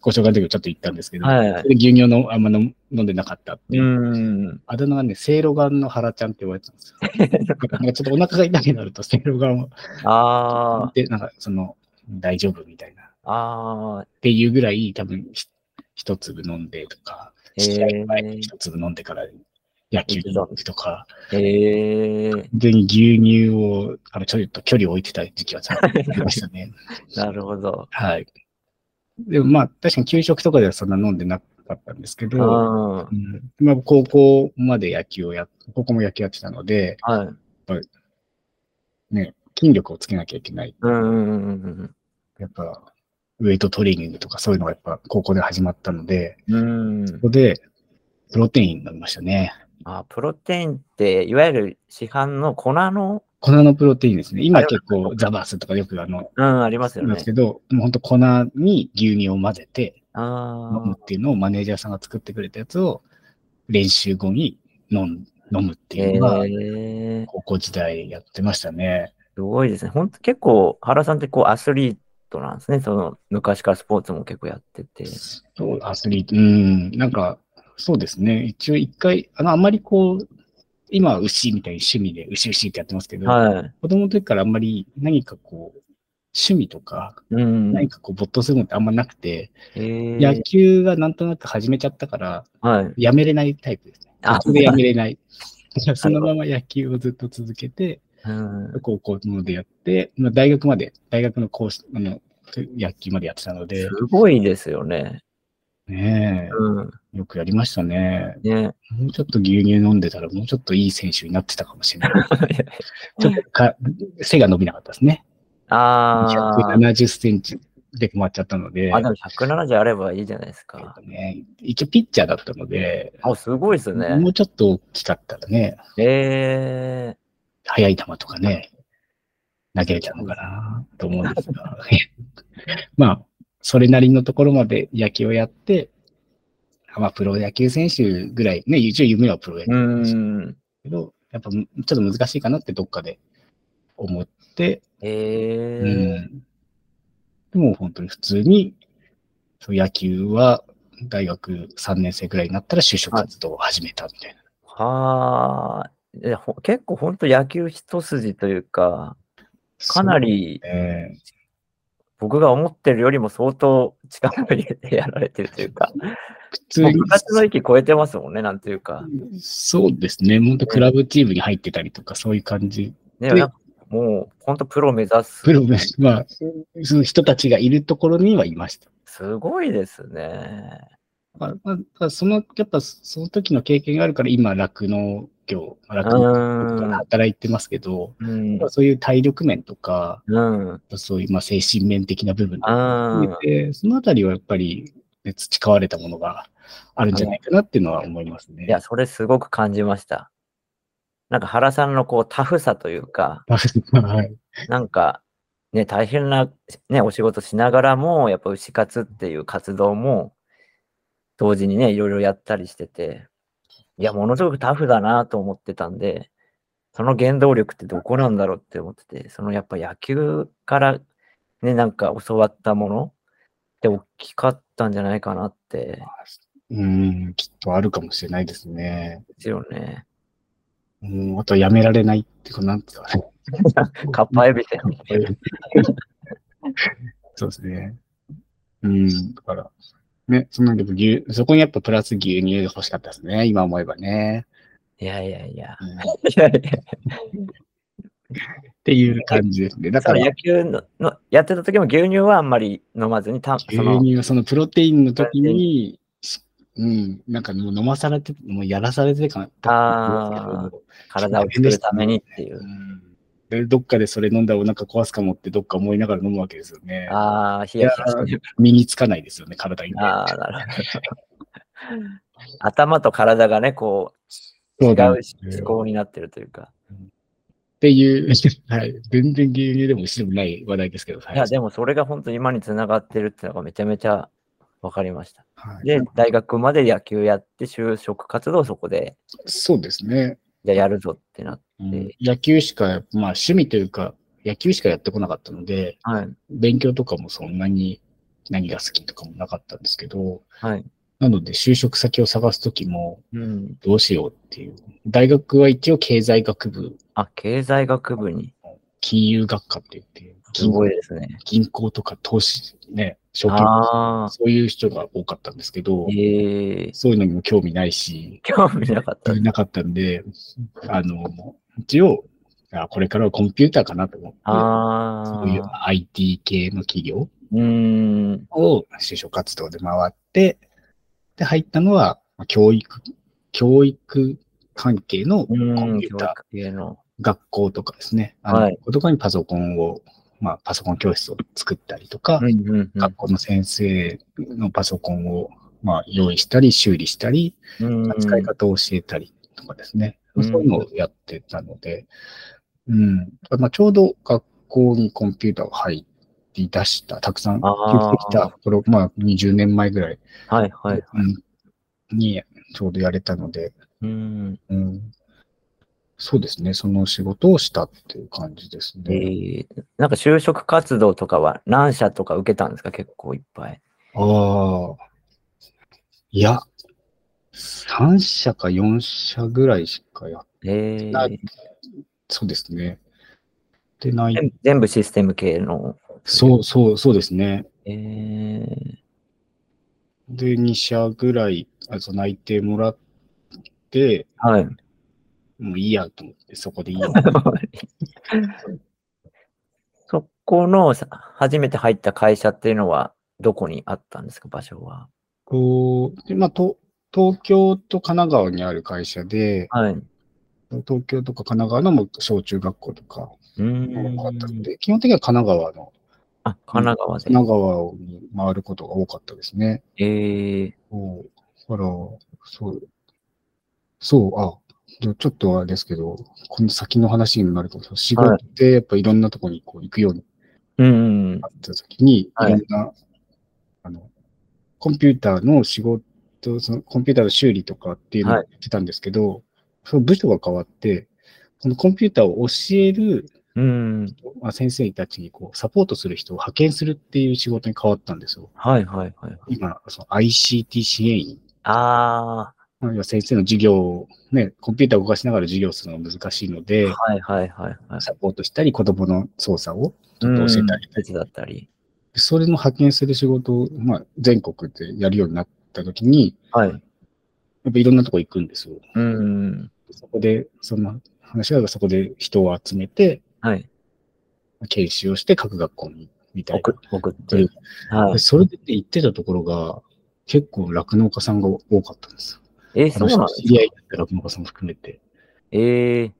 Speaker 2: ご紹介の時もちょっと言ったんですけ
Speaker 1: あ。
Speaker 2: ど、
Speaker 1: はいはい
Speaker 2: そ。れ牛乳のあんま飲飲んでなかったっていう
Speaker 1: う。ん。
Speaker 2: あだ名がね、せいろがんの原ちゃんって言われてたんですよ。
Speaker 1: *laughs*
Speaker 2: なんかちょっとお腹が痛くなると、せいろがんを
Speaker 1: あ
Speaker 2: で、なんかその、大丈夫みたいな。っ
Speaker 1: あ。ああ。
Speaker 2: ていうぐらい、多分ひ一粒飲んでとか、
Speaker 1: へー
Speaker 2: 試合前に一粒飲んでから野球に行くとか、
Speaker 1: へえー。
Speaker 2: 全に牛乳をあのちょっと距離を置いてた時期はちゃんとありました
Speaker 1: *laughs*
Speaker 2: ね。
Speaker 1: なるほど。
Speaker 2: はい。でもまあ、確かに給食とかではそんな飲んでなかったんですけ
Speaker 1: う
Speaker 2: ど、
Speaker 1: ん。は
Speaker 2: うんまあ、高校まで野球をやっ、高校も野球やってたので、
Speaker 1: い。
Speaker 2: ね、筋力をつけなきゃいけない。
Speaker 1: うんうんうん
Speaker 2: やっぱ、ウェイトトレーニングとかそういうのがやっぱ高校で始まったので、
Speaker 1: うん。うん
Speaker 2: そ。こでプロテイン飲みましたね。
Speaker 1: あプロテインって、いわゆる市販の粉の、
Speaker 2: 粉のプロテインですね。今
Speaker 1: あ
Speaker 2: 結構ザバスとかよくあの、
Speaker 1: うん、ありますよ
Speaker 2: なん
Speaker 1: ね
Speaker 2: です。けど、もうほんと粉に牛乳を混ぜて
Speaker 1: あ
Speaker 2: 飲むっていうのをマネージャーさんが作ってくれたやつを練習後に飲ん飲むって
Speaker 1: あ。
Speaker 2: いうのが
Speaker 1: へー
Speaker 2: 高校時代やってましたね。
Speaker 1: すごいですね。本当結構、原さんってこうアスリートなんですね。その昔からスポーツも結構やってて。
Speaker 2: そう、アスリート。うん、なんか、そうですね。一応一回、あの、あんまりこう、今は牛みたいに趣味で牛牛ってやってますけど、
Speaker 1: はい。
Speaker 2: 子供の時からあんまり何かこう、趣味とか、
Speaker 1: うん。
Speaker 2: 何かこう、没頭するのってあんまなくて、
Speaker 1: えー、
Speaker 2: 野球がなんとなく始めちゃったから、
Speaker 1: はい。
Speaker 2: やめれないタイプですね。
Speaker 1: あ
Speaker 2: 途中でやめれ
Speaker 1: *laughs*
Speaker 2: ない。だからそのまま野球をずっと続けて、
Speaker 1: うん、、
Speaker 2: 高校のでやって、まあ、大学まで、大学の講師、あの、野球までやってたのです
Speaker 1: ごいですよね。
Speaker 2: ね
Speaker 1: うん。
Speaker 2: え、よくやりましたね。
Speaker 1: ね。
Speaker 2: もうちょっと牛乳飲んでたら、もうちょっといい選手になってたかもしれない。
Speaker 1: *laughs*
Speaker 2: ちょっとか背が伸びなかったですね。
Speaker 1: あー
Speaker 2: 170センチで回っちゃったので、
Speaker 1: あ。でも170あればいいじゃないです
Speaker 2: えっ
Speaker 1: か
Speaker 2: と。ね、一応ピッチャーだったので、
Speaker 1: あ、すごいですね
Speaker 2: も。うちょっと大きかったらね、
Speaker 1: え
Speaker 2: 速い球とかね、投げれたのかなと思うんですが、 *laughs* まあ、それなりのところまで野球をやって、まあ、プロ野球選手ぐらい、ね、一応夢はプロ野球
Speaker 1: ー、うん。
Speaker 2: けど、やっぱむちょっと難しいかなってどっかで思って、
Speaker 1: え
Speaker 2: う
Speaker 1: ー、
Speaker 2: ん。でも本当に普通に、そう野球は大学3年生ぐらいになったら就職活動を始めたみたいな。
Speaker 1: はあ。いやほ結構本当野球一筋というか、かなり
Speaker 2: そうね。
Speaker 1: 僕が思ってるよりも相当力を入れてやられてるとい
Speaker 2: *laughs*
Speaker 1: うか、
Speaker 2: 普通
Speaker 1: もう
Speaker 2: に
Speaker 1: 部、活の域超えてますもんね、なんていうか。
Speaker 2: そうですね。本当クラブチームに入ってたりとか、そういう感じ。
Speaker 1: ね、
Speaker 2: で
Speaker 1: なんかもう本当プロ目指す
Speaker 2: プ。ロの、まあ、その人たちがいるところにはいました。
Speaker 1: すごいですね。
Speaker 2: まあまあだから、その、やっぱその時の経験があるから、今、酪農業、酪農とかで
Speaker 1: う
Speaker 2: 働いてますけど、
Speaker 1: ん。
Speaker 2: そういう体力面とか、
Speaker 1: うん。
Speaker 2: そういうまあ精神面的な部分とか
Speaker 1: あ
Speaker 2: 含めて、そのあたりはやっぱりね、培われたものがあるんじゃないかなっていうのは思いますね。
Speaker 1: いや、それすごく感じました。なんか原さんのこうタフさというか、
Speaker 2: *laughs* はい、
Speaker 1: なんかね、大変な、ね、お仕事しながらも、やっぱ牛活っていう活動も、同時にね、いろいろやったりしてて、いや、ものすごくタフだなと思ってたんで、その原動力ってどこなんだろうって思ってて、そのやっぱ野球からね、なんか教わったものって大きかったんじゃないかなって、
Speaker 2: うん、きっとあるかもしれないですね。
Speaker 1: ですよね。
Speaker 2: うん、あとやめられないってこうなんていうかね。 *laughs*
Speaker 1: カッパエビセン。
Speaker 2: そうですね。うん、だから、ね、そんなんでも牛、そこにやっぱプラス牛乳が欲しかったですね、今思えばね。
Speaker 1: いやいやいや。
Speaker 2: うん
Speaker 1: いやいや
Speaker 2: っていう感じですね。だ
Speaker 1: そ
Speaker 2: か
Speaker 1: の
Speaker 2: ら、
Speaker 1: 野球ののやってた時も牛乳はあんまり飲まずに、たそ
Speaker 2: 牛
Speaker 1: の
Speaker 2: 乳はそのプロテインの時に、しうん、なんかもう飲まされて、もうやらされてか
Speaker 1: あ体を作るためにっていう
Speaker 2: う。んでどっかでそれ飲んだらお腹壊すかもってどっか思いながら飲むわけですよね。
Speaker 1: ああ、冷やし
Speaker 2: い身につかないですよね、体に。
Speaker 1: ああ、なるほど。頭と体がね、こう、違
Speaker 2: そうなん
Speaker 1: 思
Speaker 2: ですよ
Speaker 1: 考になってるというか。
Speaker 2: っていう、 *laughs* はい、全然牛乳でも牛でもない話題ですけど、はい
Speaker 1: や、でもそれが本当に今につながってるっていうのがめちゃめちゃ分かりました。
Speaker 2: はい
Speaker 1: で、大学まで野球やって、就職活動をそこで、
Speaker 2: そうですね、
Speaker 1: じゃあやるぞってなって。
Speaker 2: うん野球しか、まあ趣味というか、野球しかやってこなかったので、
Speaker 1: はい。
Speaker 2: 勉強とかもそんなに何が好きとかもなかったんですけど、
Speaker 1: はい。
Speaker 2: なので就職先を探すときも
Speaker 1: うん。
Speaker 2: どうしようっていう。大学は一応経済学部、
Speaker 1: あ、経済学部に。
Speaker 2: 金融学科って言って、
Speaker 1: すごいですね。
Speaker 2: 銀行とか投資、ね、証券とか、
Speaker 1: ああ、
Speaker 2: そういう人が多かったんですけど、
Speaker 1: ええ
Speaker 2: そういうのにも興味ないし、
Speaker 1: 興味なかった。
Speaker 2: なかったんで、あの、一応、あこれからはコンピューターかなと思って、
Speaker 1: あ
Speaker 2: そ
Speaker 1: あ、
Speaker 2: ういう IT 系の企業
Speaker 1: うーん。
Speaker 2: を就職活動で回って、で、入ったのは、まあ教育、教育関係のコ
Speaker 1: う
Speaker 2: ン
Speaker 1: ん、
Speaker 2: ピュー
Speaker 1: 教
Speaker 2: ター、
Speaker 1: 育系の。
Speaker 2: 学校とかですね。あの
Speaker 1: はい
Speaker 2: 学校とかにパソコンを、まあ、パソコン教室を作ったりとか、
Speaker 1: うんうん
Speaker 2: 学校の先生のパソコンを、まあ、用意したり、修理したり、
Speaker 1: うん。うん
Speaker 2: 使い方を教えたりとかですね。
Speaker 1: うん
Speaker 2: そういうのをやってたので、うん。まあ、ちょうど学校にコンピューターが入り出した、たくさん
Speaker 1: あー
Speaker 2: 入ってきた頃、まあ、20年前ぐらい
Speaker 1: はいはい。
Speaker 2: うんにちょうどやれたので、
Speaker 1: うん。
Speaker 2: うん。そうですね。その仕事をしたっていう感じです
Speaker 1: え
Speaker 2: ね。
Speaker 1: えなんか就職活動とかは何社とか受けたんですか結構いっぱい。
Speaker 2: ああ。いや、3社か4社ぐらいしかやっ
Speaker 1: ええ
Speaker 2: ないそうですね。でない
Speaker 1: 全全部システム系の。
Speaker 2: そうそう、そうですね。
Speaker 1: ええ
Speaker 2: で、2社ぐらい、あそう内定もらって、
Speaker 1: はい。 *laughs*
Speaker 2: もういいやと思って、そこでいいや。
Speaker 1: そこのさ初めて入った会社っていうのはどこにあったんですか場所は。
Speaker 2: こう、で、まあ、と東京と神奈川にある会社で、
Speaker 1: はい。う
Speaker 2: 東京とか神奈川のもう小中学校とか
Speaker 1: ーん。
Speaker 2: 多かったので、基本的には神奈川の、
Speaker 1: あ、神奈川で
Speaker 2: 神。奈川に回ることが多かったですね。
Speaker 1: ええ
Speaker 2: おうだから、そう、そう、あ、じゃあちょっとあれですけど、この先の話になるかもしれない。
Speaker 1: はい
Speaker 2: 仕事でやっぱいろんなとこにこう行くように
Speaker 1: うんうん
Speaker 2: なった時に、
Speaker 1: はいい
Speaker 2: ろんな、あの、コンピューターの仕事、そのコンピューターの修理とかっていうのを
Speaker 1: は
Speaker 2: や
Speaker 1: い
Speaker 2: ってたんですけど、その部署が変わって、このコンピューターを教える、
Speaker 1: うん。うん。
Speaker 2: まあ、先生たちにこうサポートする人を派遣するっていう仕事に変わったんですよ。
Speaker 1: はいはいはい。
Speaker 2: 今、その ICT 支援員
Speaker 1: あ
Speaker 2: まあ要は先生の授業を、ね、コンピューターを動かしながら授業をするのが難しいので
Speaker 1: あ、、はいはいはいはい。
Speaker 2: サポートしたり、子供の操作をち
Speaker 1: う
Speaker 2: ょ
Speaker 1: ん
Speaker 2: っと教えてあげたり、
Speaker 1: 手伝ったり。
Speaker 2: それの派遣する仕事を、まあ、全国でやるようになった時に、
Speaker 1: はい。
Speaker 2: やっぱいろんなとこ行くんですよ。
Speaker 1: うん。
Speaker 2: そこで、その話がそこで人を集めて、
Speaker 1: はい。
Speaker 2: 研修をして各学校に、みたい
Speaker 1: 送送って
Speaker 2: な。
Speaker 1: は
Speaker 2: で
Speaker 1: い。
Speaker 2: それでね行ってたところが、結構酪農家さんが多かったんですよ。
Speaker 1: え、そうなんで
Speaker 2: 知り合い
Speaker 1: す
Speaker 2: だった酪農家さんも含めて。
Speaker 1: えええ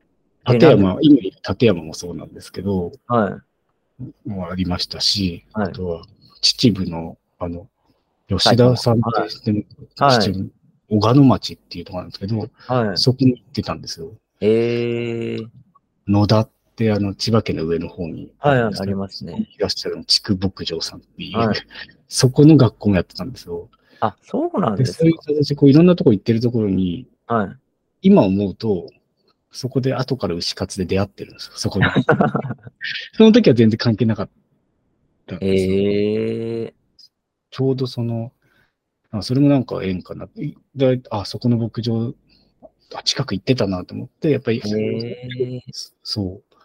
Speaker 2: 立山、今いる立山もそうなんですけど、
Speaker 1: はい。
Speaker 2: もありましたし、
Speaker 1: はい
Speaker 2: あとは秩父の、あの、吉田さんって知ってる、
Speaker 1: はい
Speaker 2: 秩父、小鹿野町っていうところなんですけど、
Speaker 1: はい。
Speaker 2: そこに行ってたんですよ。
Speaker 1: ええ
Speaker 2: 野田っで、あの、千葉県の上の方に。
Speaker 1: はいはいありますね。
Speaker 2: いらっしゃるの、地区牧場さんっていう、
Speaker 1: は
Speaker 2: *laughs* そこの学校もやってたんですよ。
Speaker 1: あ、そうなん
Speaker 2: で、
Speaker 1: です
Speaker 2: そういう人たち、こう、いろんなとこ行ってるところに、
Speaker 1: か。はい。
Speaker 2: 今思うと、そこで後から牛活で出会ってるんですよ、
Speaker 1: *laughs*
Speaker 2: そこで。その時は全然関係なかったんですよ
Speaker 1: ええ
Speaker 2: ちょうどその、あそれもなんか縁かな。いであ、そこの牧場、あ近く行ってたなと思って、やっぱり、
Speaker 1: へえ
Speaker 2: そう。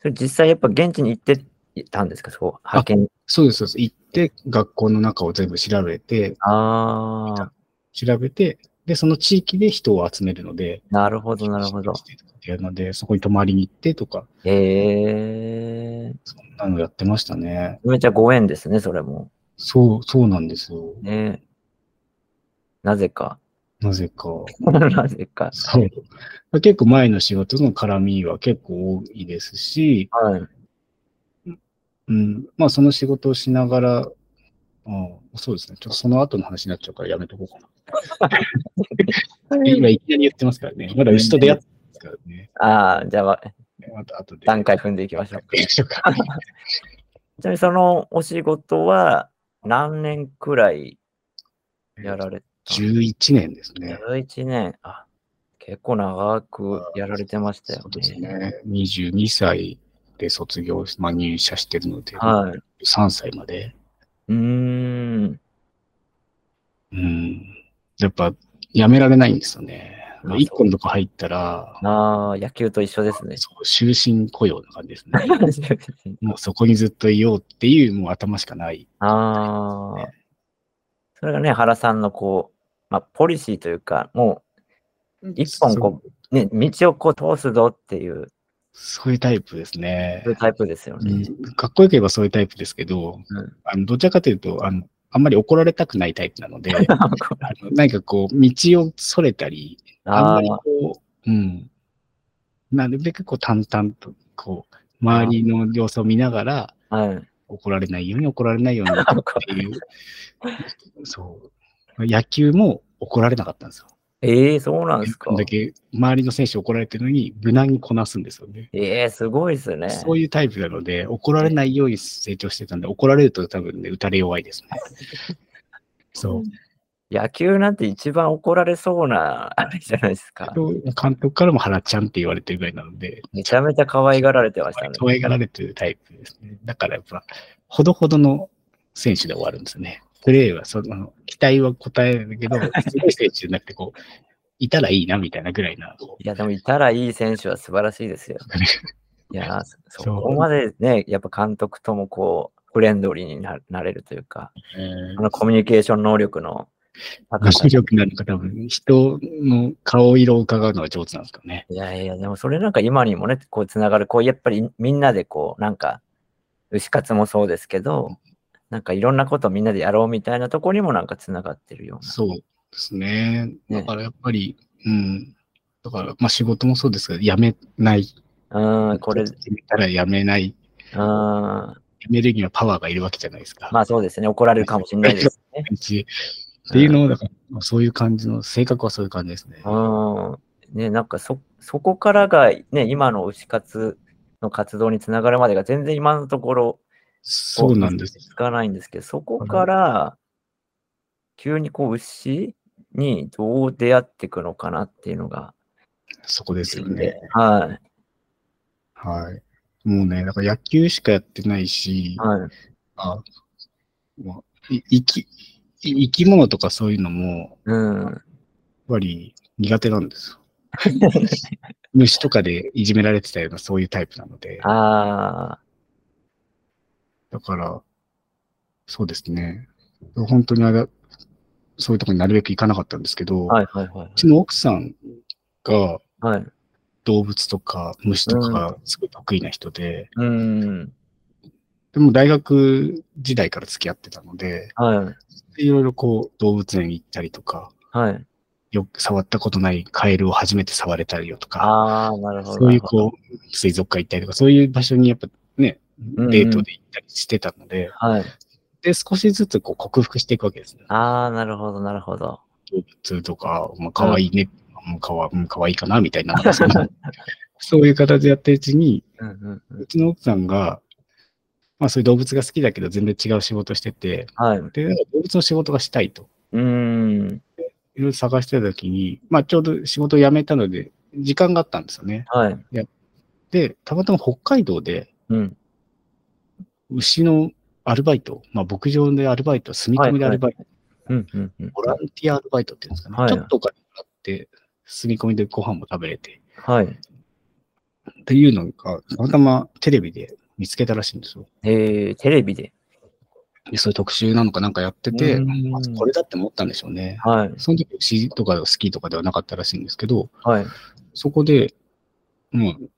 Speaker 1: それ実際やっぱ現地に行ってたんですか、そこ。派遣。
Speaker 2: そうです、そうです。行って、学校の中を全部調べて、
Speaker 1: ああ、
Speaker 2: 調べて、で、その地域で人を集めるので、
Speaker 1: なるほど、なるほど。
Speaker 2: してとかっていうので、そこに泊まりに行ってとか、
Speaker 1: ええ
Speaker 2: そんなのやってましたね。
Speaker 1: めちゃご縁ですね、それも。
Speaker 2: そう、そうなんですよ。
Speaker 1: ねなぜか。 *laughs*
Speaker 2: なぜか。
Speaker 1: なぜか。
Speaker 2: そう。結構前の仕事との絡みは結構多いですし、
Speaker 1: はい。
Speaker 2: うん、まあその仕事をしながら、うん、そうですね。ちょっとその後の話になっちゃうからやめとこうかな。今いきなり言ってますからね。まだ牛と出会ってますからね。
Speaker 1: ああ、じゃあわ、
Speaker 2: また後で。
Speaker 1: 段階踏んでいきましょう。
Speaker 2: 行きましょうか。
Speaker 1: ちなみにそのお仕事は何年くらいやられたんですか
Speaker 2: 11年ですね。
Speaker 1: 11年。あ、結構長くやられてましたよ
Speaker 2: そうです
Speaker 1: ね。
Speaker 2: ね。22歳で卒業し、まあ入社してるので、
Speaker 1: はい。
Speaker 2: 3歳まで。
Speaker 1: うーん。
Speaker 2: うん。やっぱ、やめられないんですよね。
Speaker 1: あ
Speaker 2: 一個のとこ入ったら、
Speaker 1: ああ、野球と一緒 *laughs* ですね。
Speaker 2: そう終身雇用な感じですね。 *laughs* もうそこにずっといようっていう、もう頭しかない。
Speaker 1: ああ。それがね、原さんのこう、まあ、ポリシーというか、もう、一本こう、ね、道をこう通すぞっていう
Speaker 2: そういうタイプですね
Speaker 1: そうい。うタイプですよ
Speaker 2: う
Speaker 1: *laughs* ね。
Speaker 2: ん、かっこよく言えばそういうタイプですけど、
Speaker 1: うん
Speaker 2: あのどちらかというとあの、あんまり怒られたくないタイプなので、あのなんかこう、道をそれたり、あん
Speaker 1: あ
Speaker 2: まりこう、うん。なるべくこう、淡々と、こう、周りの様子を見ながら、
Speaker 1: あ、はい。
Speaker 2: 怒られないように怒られないようにっていう、そう。野球も怒られなかったんですよ。
Speaker 1: ええそうなんですか
Speaker 2: こん。だけ周りの選手怒られてるのに、無難にこなすんですよね。
Speaker 1: ええすごいですね。
Speaker 2: そういうタイプなので、怒られないように成長してたんで、怒られると多分ね、打たれ弱いですね。
Speaker 1: *laughs*
Speaker 2: そう。
Speaker 1: 野球なんて一番怒られそうな、 *laughs* あれじゃないですか。
Speaker 2: 監督からも原ちゃんって言われてるぐらいなので、
Speaker 1: めちゃめちゃ可愛がられてましたね。
Speaker 2: 可愛がられてるタイプですね。だからやっぱ、ほどほどの選手で終わるんですね。プレーはその、期待は答えるけど、すごい選手じゃなくて、こう、いたらいいなみたいなぐらいな、こう
Speaker 1: いや、でもいたらいい選手は素晴らしいですよ。いやー、
Speaker 2: *laughs* そ
Speaker 1: そ
Speaker 2: う
Speaker 1: そこまでね、やっぱ監督ともこう、フレンドリーにななれるというか、
Speaker 2: えー
Speaker 1: あのコミュニケーション能力の高さ
Speaker 2: 語彙。力なのか多分、人の顔色を伺うのが上手なんですかね。
Speaker 1: いやいや、でもそれなんか今にもね、こうつながる、こうやっぱりみんなでこう、なんか、牛活もそうですけど、なんかいろんなことをみんなでやろうみたいなとこにもなんかつながってるような。
Speaker 2: そうですね。
Speaker 1: ね
Speaker 2: だからやっぱり、うん。だから、まあ仕事もそうですけど、辞めない。
Speaker 1: うーん、これ、う
Speaker 2: 決めたら辞めない。
Speaker 1: ーん、ま
Speaker 2: 辞めるにはパワーがいるわけじゃないですか。
Speaker 1: あそうですね、怒られるかもしれないです *laughs* ね。
Speaker 2: しっていうのを、だから、まあそういう感じの、性格はそういう感じですね。
Speaker 1: うん、ね、なんかそ、そこからがね、今の牛活の活動につながるまでが全然今のところ、
Speaker 2: そうなんです。
Speaker 1: つかないんですけど、そこから、急にこう、牛にどう出会っていくのかなっていうのが、
Speaker 2: そこですよ
Speaker 1: で
Speaker 2: ね。
Speaker 1: は
Speaker 2: はい。もうね、だから野球しかやってないし
Speaker 1: い。、はい。
Speaker 2: あまあい生き、い生き物とかそういうのも、
Speaker 1: うん。
Speaker 2: やっぱり苦手なんですよ。虫とかでいじめられてたようなそういうタイプなので、
Speaker 1: ああ、
Speaker 2: だから、そうですね。本当にあれ、そういうとこになるべく行かなかったんですけど、
Speaker 1: はいはいはいう
Speaker 2: ちの奥さんが
Speaker 1: はい。はい。
Speaker 2: 動物とか虫とかすごい得意な人で、
Speaker 1: うん。
Speaker 2: でも大学時代から付き合ってたので、
Speaker 1: はい。
Speaker 2: でいろいろこう動物園行ったりとか、
Speaker 1: はい。
Speaker 2: よく触ったことないカエルを初めて触れたりよとか、
Speaker 1: ああ、なるほど。
Speaker 2: そういう
Speaker 1: なる
Speaker 2: こう、水族館行ったりとか、そういう場所にやっぱね、
Speaker 1: うん
Speaker 2: デートで行ったりしてたので、
Speaker 1: ほどはい。
Speaker 2: で、少しずつこう克服していくわけですね。
Speaker 1: ああ、なるほど、なるほど。
Speaker 2: 動物とか、まあ、可愛いね、うん、かわ、うん、可愛いかな、みたいな、なんかそんな *laughs* そういう形でやってるうちに、
Speaker 1: うんうんうん
Speaker 2: うちの奥さんが、まあそういう動物が好きだけど全然違う仕事してて、
Speaker 1: はい。
Speaker 2: で、なんか動物の仕事がしたいと。
Speaker 1: うーん。
Speaker 2: いろいろ探してた時に、まあちょうど仕事を辞めたので、時間があったんですよね。
Speaker 1: はい。
Speaker 2: で、たまたま北海道で
Speaker 1: うん。
Speaker 2: 牛のアルバイト、まあ牧場でアルバイト、住み込みでアルバイト、
Speaker 1: うんうんうん。
Speaker 2: ボランティアアルバイトっていうんですかね。
Speaker 1: はい
Speaker 2: ちょっとお金払って、住み込みでご飯も食べれて、
Speaker 1: はい。
Speaker 2: っていうのが、たまたまテレビで見つけたらしいんですよ。
Speaker 1: えー、テレビで。
Speaker 2: でそういう特集なのかなんかやってて、
Speaker 1: うん
Speaker 2: あこれだって思ったんでしょうね。
Speaker 1: はい。
Speaker 2: その時、牛とかが好きとかではなかったらしいんですけど、
Speaker 1: はい。
Speaker 2: そこで、もう、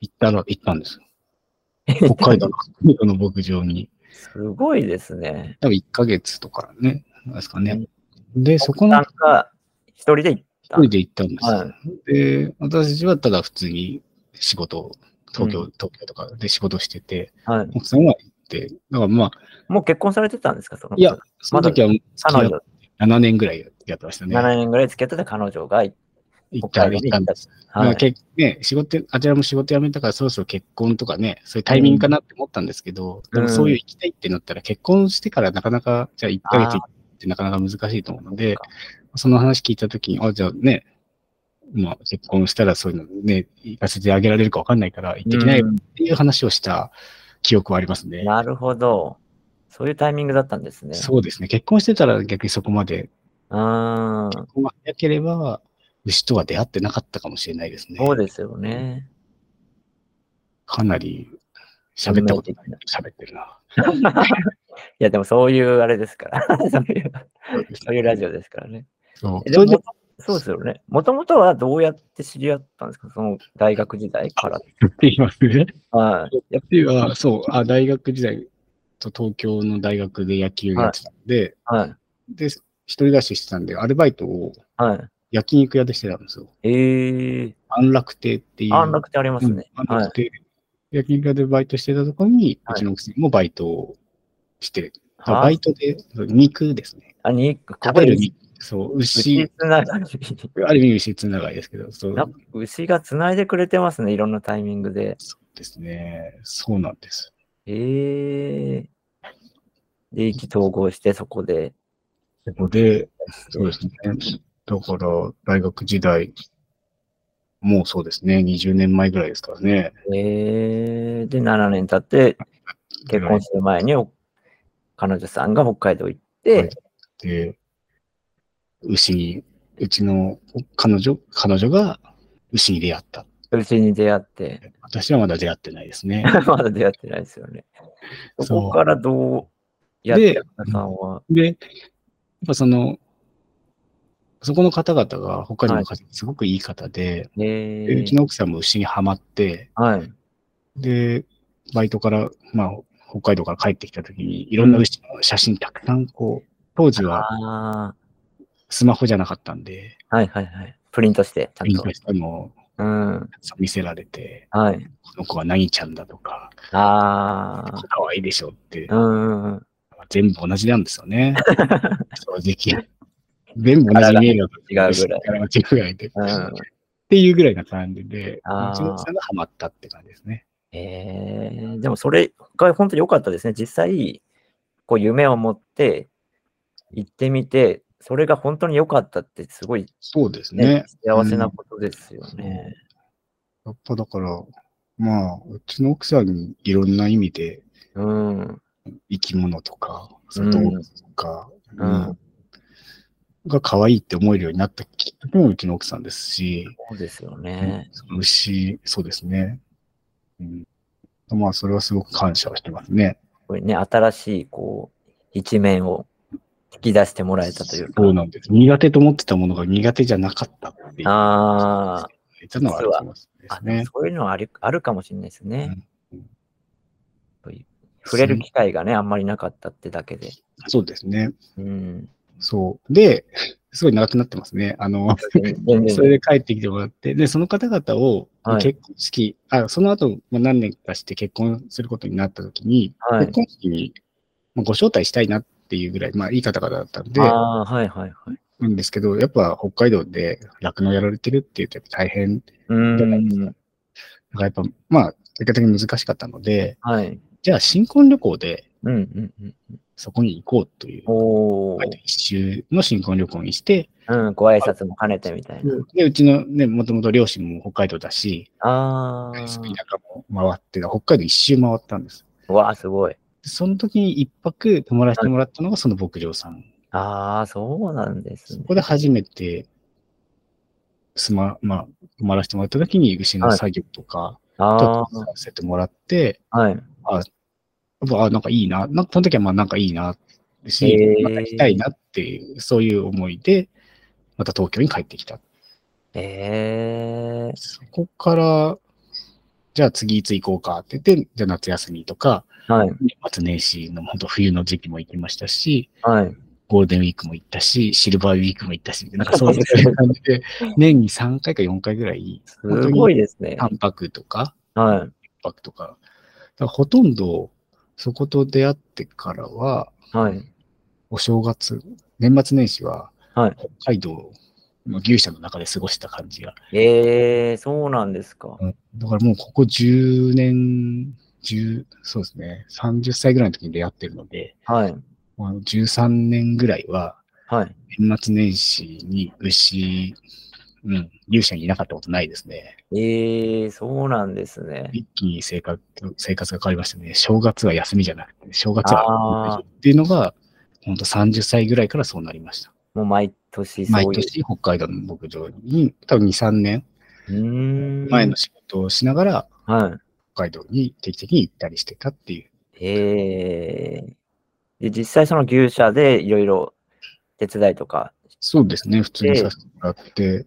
Speaker 2: 行ったら、行ったんですよ。
Speaker 1: *laughs*
Speaker 2: 北海道の北海道の牧場に、
Speaker 1: すごいですね。
Speaker 2: 多分1ヶ月とかね、なんですか
Speaker 1: う
Speaker 2: ね。で、そこ
Speaker 1: な
Speaker 2: の
Speaker 1: んか、一人で行った
Speaker 2: 一人。で行ったんですよ。
Speaker 1: は
Speaker 2: で、私はただ普通に仕事を、東京、
Speaker 1: う
Speaker 2: 東京とかで仕事してて、
Speaker 1: はい。
Speaker 2: 奥さんは行って、だからまあ、
Speaker 1: もう結婚されてたんですかその
Speaker 2: いや、その時は
Speaker 1: 彼
Speaker 2: 付き合っ
Speaker 1: 女、
Speaker 2: 7年ぐらいやってましたね。
Speaker 1: 7年ぐらい付き合ってた彼女が行っ
Speaker 2: 行った行
Speaker 1: 北海
Speaker 2: っ
Speaker 1: 道に
Speaker 2: た
Speaker 1: 行
Speaker 2: ん
Speaker 1: っ
Speaker 2: です。
Speaker 1: た。は
Speaker 2: まあ
Speaker 1: い。
Speaker 2: けね、仕事、あちらも仕事辞めたからそろそろ結婚とかね、そういうタイミングかなって思ったんですけど、
Speaker 1: う
Speaker 2: で
Speaker 1: ん
Speaker 2: もそういう行きたいってなったら結婚してからなかなか、じゃあ1ヶ月行ってなかなか難しいと思うので、その話聞いたときに、あ、じゃあね、まあ結婚したらそういうのね、行かせてあげられるかわかんないから行ってきないよ
Speaker 1: うん
Speaker 2: っていう話をした記憶はありますね。
Speaker 1: なるほど。そういうタイミングだったんですね。
Speaker 2: そうですね。結婚してたら逆にそこまで、
Speaker 1: うーん。
Speaker 2: 結婚が早ければ、牛とは出会ってなかったかもしれないですね。
Speaker 1: そうですよね。
Speaker 2: かなり喋ったことない
Speaker 1: 運命。
Speaker 2: 喋ってるな。
Speaker 1: いや、でもそういうあれですから。 *laughs* そういう、そういうラジ
Speaker 2: オ。
Speaker 1: オですからね。
Speaker 2: そう。
Speaker 1: え
Speaker 2: そ
Speaker 1: でも
Speaker 2: れで、
Speaker 1: そうですよね。もともとはどうやって知り合ったんですかその大学時代から。
Speaker 2: って言いますね。
Speaker 1: はい。やっ
Speaker 2: っていうか、そう、あ、大学時代と東京の大学で野球やってたんで、
Speaker 1: ぱはい。
Speaker 2: で、一人暮らししてたんで、アルバイトを
Speaker 1: はい。
Speaker 2: 焼肉屋でしてたんですよ。
Speaker 1: ええ
Speaker 2: 安楽亭っていう。
Speaker 1: 安楽亭ありますね。
Speaker 2: うん安
Speaker 1: はい
Speaker 2: 楽。亭。焼肉屋でバイトしてたところに、
Speaker 1: はいう
Speaker 2: ちの奥さんもバイトをして、だから
Speaker 1: は
Speaker 2: バイトで、そう肉ですね。
Speaker 1: あ、に、
Speaker 2: 食べる
Speaker 1: に
Speaker 2: 肉。そう、
Speaker 1: 牛
Speaker 2: 牛、
Speaker 1: つながり。 *laughs*
Speaker 2: ある意味牛つながりですけど、そう
Speaker 1: な牛がつないでくれてますね。いろんなタイミングで。
Speaker 2: そうですね。そうなんです。
Speaker 1: ええで、意気投合して、そこで。
Speaker 2: そこで、そうですね。だから、大学時代、もうそうですね。20年前ぐらいですからね。
Speaker 1: ええで、7年経って、結婚する前にお、彼女さんが北海道行っ
Speaker 2: はい
Speaker 1: て、
Speaker 2: で、牛に、うちの彼女、彼女が牛に出会った。
Speaker 1: 牛に出会って、 *laughs*
Speaker 2: 私はまだ出会ってないですね。
Speaker 1: まだ出会ってないですよね。
Speaker 2: そう
Speaker 1: そこからどうやって、皆さんは。
Speaker 2: で、やっぱその、そこの方々が他にもすごくいい方で、
Speaker 1: え
Speaker 2: で
Speaker 1: え
Speaker 2: うちの奥さんも牛にはまって、
Speaker 1: はい。
Speaker 2: で、バイトから、まあ、北海道から帰ってきたときに、いろんな牛の写真たくさんこう、当時は
Speaker 1: あ
Speaker 2: スマホじゃなかったんで、
Speaker 1: あ、はいはいはい。プリントして、ちゃん
Speaker 2: 印
Speaker 1: と
Speaker 2: 刷。しても
Speaker 1: うん。
Speaker 2: 見せられて、
Speaker 1: はい。
Speaker 2: この子は何ちゃんだとか、
Speaker 1: ああ。
Speaker 2: 可愛いでしょって
Speaker 1: う、んうんうん。
Speaker 2: 全部同じなんですよ
Speaker 1: *laughs*
Speaker 2: ね。正直。全部同じ見える
Speaker 1: 違うぐら
Speaker 2: ら
Speaker 1: い。
Speaker 2: い。違うぐらいで。
Speaker 1: う
Speaker 2: っ
Speaker 1: ん、
Speaker 2: ていうぐらいな感じで、うち
Speaker 1: あー
Speaker 2: の奥さんがハマったって感じですね。
Speaker 1: えーでもそれが本当に良かったですね。実際、こう夢を持って行ってみて、それが本当に良かったってすごい、
Speaker 2: そうです
Speaker 1: ね
Speaker 2: ね。
Speaker 1: 幸せなことですよね。
Speaker 2: やっぱだから、まあ、うちの奥さんにいろんな意味で
Speaker 1: うん。
Speaker 2: 生き物とか、
Speaker 1: うん
Speaker 2: 動物とか、
Speaker 1: うん
Speaker 2: が可愛いって思えるようになったきっかけもうちの奥さんですし、
Speaker 1: そうですよね。
Speaker 2: その牛、そうですね。うん、まあ、それはすごく感謝をしてますね。
Speaker 1: これね、新しいこう一面を引き出してもらえたというか。
Speaker 2: そうなんです。苦手と思ってたものが苦手じゃなかったっていう。
Speaker 1: あ
Speaker 2: 言ったのはあるかもしれ
Speaker 1: ー
Speaker 2: な
Speaker 1: あ、
Speaker 2: いですね。
Speaker 1: そういうのはありあるかもしれないですね。
Speaker 2: うん
Speaker 1: そういう触れる機会がね、あんまりなかったってだけで。
Speaker 2: そうですね。 *laughs*
Speaker 1: うん。
Speaker 2: そう。で、すごい長くなってますね。あの、
Speaker 1: 全
Speaker 2: それ
Speaker 1: 然
Speaker 2: で帰ってきてもらって、で、その方々を
Speaker 1: はい
Speaker 2: 結婚式、あその後、まあ、何年かして結婚することになった時に、
Speaker 1: はい
Speaker 2: 結婚式に、まあ、ご招待したいなっていうぐらい、まあ、いい方々だったんで、
Speaker 1: ああー、はいはいはい。
Speaker 2: なんですけど、やっぱ北海道で酪農やられてるっていうと、やっぱ大変
Speaker 1: うーん。
Speaker 2: だからやっぱ、まあ、結果的に難しかったので、
Speaker 1: はい。
Speaker 2: じゃあ新婚旅行で
Speaker 1: うんうんうん。
Speaker 2: そこに行こうという、
Speaker 1: おお、
Speaker 2: 一周の新婚旅行にして、
Speaker 1: うん、ご挨拶も兼ねてみたいな。
Speaker 2: で、うちのね、もともと両親も北海道だし、
Speaker 1: あ
Speaker 2: 田舎
Speaker 1: あ、
Speaker 2: も回って、北海道一周回ったんです。
Speaker 1: わあ、すごい。
Speaker 2: でその時に一泊泊まらせてもらったのがその牧場さん。
Speaker 1: ああ、そうなんです
Speaker 2: そ
Speaker 1: ね。
Speaker 2: こで初めて、すま、まあ、泊まらせてもらった時に牛の作業とか、
Speaker 1: あ
Speaker 2: とさせてもらって、
Speaker 1: あ、はい。
Speaker 2: やっぱあ、なんかいいな、なんかその時はまあなんかいいな、し、
Speaker 1: へー
Speaker 2: また行きたいなっていう、そういう思いで、また東京に帰ってきた。
Speaker 1: ええ
Speaker 2: そこから、じゃあ次いつ行こうかって言って、じゃあ夏休みとか、
Speaker 1: はい、
Speaker 2: 年末年始の本当冬の時期も行きましたし、
Speaker 1: はい。
Speaker 2: ゴールデンウィークも行ったし、シルバーウィークも行ったし、なんかそういう感じで、年に3回か4回ぐらい、
Speaker 1: すごい
Speaker 2: い
Speaker 1: ですね。
Speaker 2: 3泊とか、
Speaker 1: はい。
Speaker 2: 1泊とか、だからほとんどそこと出会ってからは、
Speaker 1: はい。
Speaker 2: お正月、年末年始は、
Speaker 1: はい
Speaker 2: 北海道の牛舎の中で過ごした感じが。
Speaker 1: ええそうなんですか。
Speaker 2: だからもうここ10年、10、そうですね、30歳ぐらいの時に出会ってるので、
Speaker 1: はい。
Speaker 2: もう13年ぐらいは、
Speaker 1: はい。
Speaker 2: 年末年始に牛、うん、牛舎にいなかったことないですね。
Speaker 1: ええそうなんですね。
Speaker 2: 一気に生活生活が変わりましたね。正月は休みじゃなくて、正月
Speaker 1: あ
Speaker 2: は
Speaker 1: ー
Speaker 2: っていうのが、本当30歳ぐらいからそうなりました。
Speaker 1: もう毎年そういう。
Speaker 2: 毎年北海道の牧場に、多分2、3年
Speaker 1: うーん。
Speaker 2: 前の仕事をしながら、
Speaker 1: は
Speaker 2: 北海道に定期的に行ったりしてたっていう。
Speaker 1: い。ええで、実際その牛舎でいろいろ手伝いとか、
Speaker 2: そうですね、普通にさせてもらって、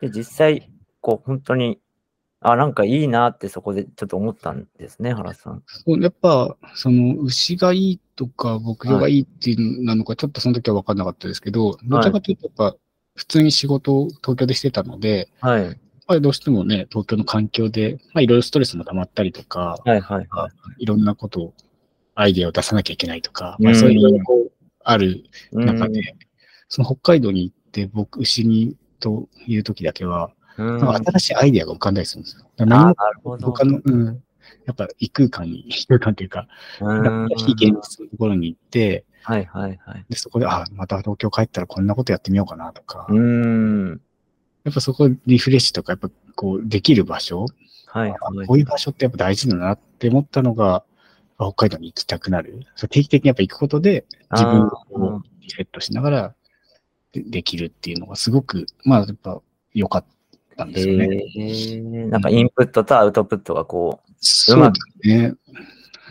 Speaker 1: で、実際、こう、本当に、あ、なんかいいなってそこでちょっと思ったんですね、原さん。
Speaker 2: そうやっぱ、その、牛がいいとか、牧場がいいっていうのなのか、ちょっとその時は分かんなかったですけど、どちらかというと、やっぱ、普通に仕事を東京でしてたので、
Speaker 1: はい。
Speaker 2: やっぱりどうしてもね、東京の環境で、まあ、いろいろストレスも溜まったりとか、
Speaker 1: はいはいはい
Speaker 2: ろんなことを、アイデアを出さなきゃいけないとか、
Speaker 1: うん
Speaker 2: まあ、そういういろいろこう、ある
Speaker 1: い。
Speaker 2: 中で、その北海道に行って、僕、牛に、という時だけは、
Speaker 1: うん、うん。
Speaker 2: なんか新しいアイデアが浮かんだりするんですよ。だから
Speaker 1: あ
Speaker 2: 何
Speaker 1: な
Speaker 2: も
Speaker 1: るほど。
Speaker 2: 他の、うん、やっぱ異空間に、異空間というか、
Speaker 1: うーん
Speaker 2: 非現実のところに行って、
Speaker 1: はいはいはい。
Speaker 2: で、そこで、あ、また東京帰ったらこんなことやってみようかなとか、
Speaker 1: うーん。
Speaker 2: やっぱそこリフレッシュとか、やっぱこう、できる場所、
Speaker 1: はい
Speaker 2: あ
Speaker 1: はい。
Speaker 2: こういう場所ってやっぱ大事だなって思ったのが、あ北海道に行きたくなる。そう定期的にやっぱ行くことで、自分を
Speaker 1: あー
Speaker 2: こうリセットしながらでできるっていうのがすごく、まあ、やっぱ良かったんですよね。
Speaker 1: へーなんかインプットとアウトプットがこ
Speaker 2: そうですね。
Speaker 1: う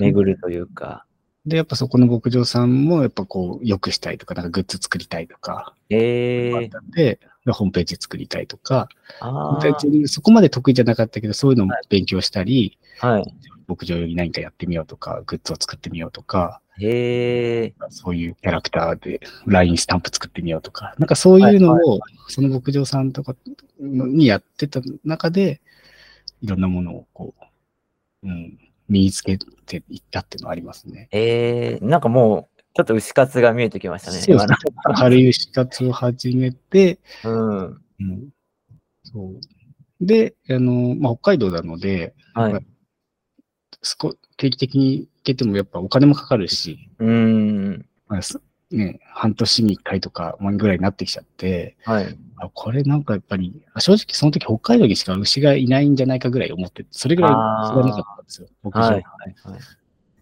Speaker 1: 巡るというか。
Speaker 2: で、やっぱそこの牧場さんも、やっぱこう、良くしたいとか、なんかグッズ作りたいとか、
Speaker 1: え
Speaker 2: あっ
Speaker 1: ー、
Speaker 2: たんで、でホームページ作りたいとか、
Speaker 1: あ
Speaker 2: で自分そこまで得意じゃなかったけど、そういうのも勉強したり、
Speaker 1: あ、はい。
Speaker 2: 牧場より何かやってみようとか、グッズを作ってみようとか、
Speaker 1: へえ
Speaker 2: そういうキャラクターで LINE スタンプ作ってみようとか、なんかそういうの
Speaker 1: はい
Speaker 2: を、その牧場さんとかのにやってた中で、いろんなものをこう、うん、身につけていったっていうのはありますね。
Speaker 1: えー、なんかもう、ちょっと牛活が見えてきましたね。
Speaker 2: そうですね。軽い死活を始めて、
Speaker 1: 今のうん。
Speaker 2: うん、そう。で、あの、まあ、北海道なので、
Speaker 1: はい。
Speaker 2: すこ定期的に行けてもやっぱお金もかかるし、
Speaker 1: うーん。
Speaker 2: まあすね、半年に1回とか前ぐらいになってきちゃって、
Speaker 1: はい。
Speaker 2: あこれなんかやっぱり、あ正直その時北海道にしか牛がいないんじゃないかぐらい思って、それぐらい
Speaker 1: あー
Speaker 2: 知らなかったんですよ、僕
Speaker 1: はい。はい。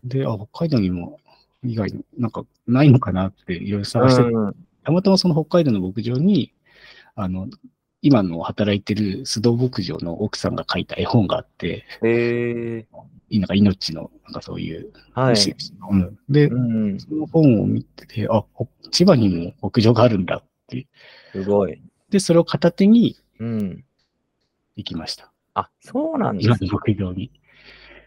Speaker 2: で、あ、北海道にも以外になんかないのかなっていろいろ探
Speaker 1: は
Speaker 2: してて
Speaker 1: い。うん
Speaker 2: たまたまその北海道の牧場に、あの、今の働いてる須藤牧場の奥さんが書いた絵本があって、
Speaker 1: へえ
Speaker 2: なんか命の、なんかそういう、
Speaker 1: ー、は
Speaker 2: 牛
Speaker 1: い。
Speaker 2: うんで、
Speaker 1: うん。
Speaker 2: その本を見てて、あ、ほ千葉にも牧場があるんだって。
Speaker 1: すごい。
Speaker 2: で、それを片手に
Speaker 1: うん。
Speaker 2: 行きました。
Speaker 1: あ、そうなんで
Speaker 2: 今
Speaker 1: す
Speaker 2: の牧場に。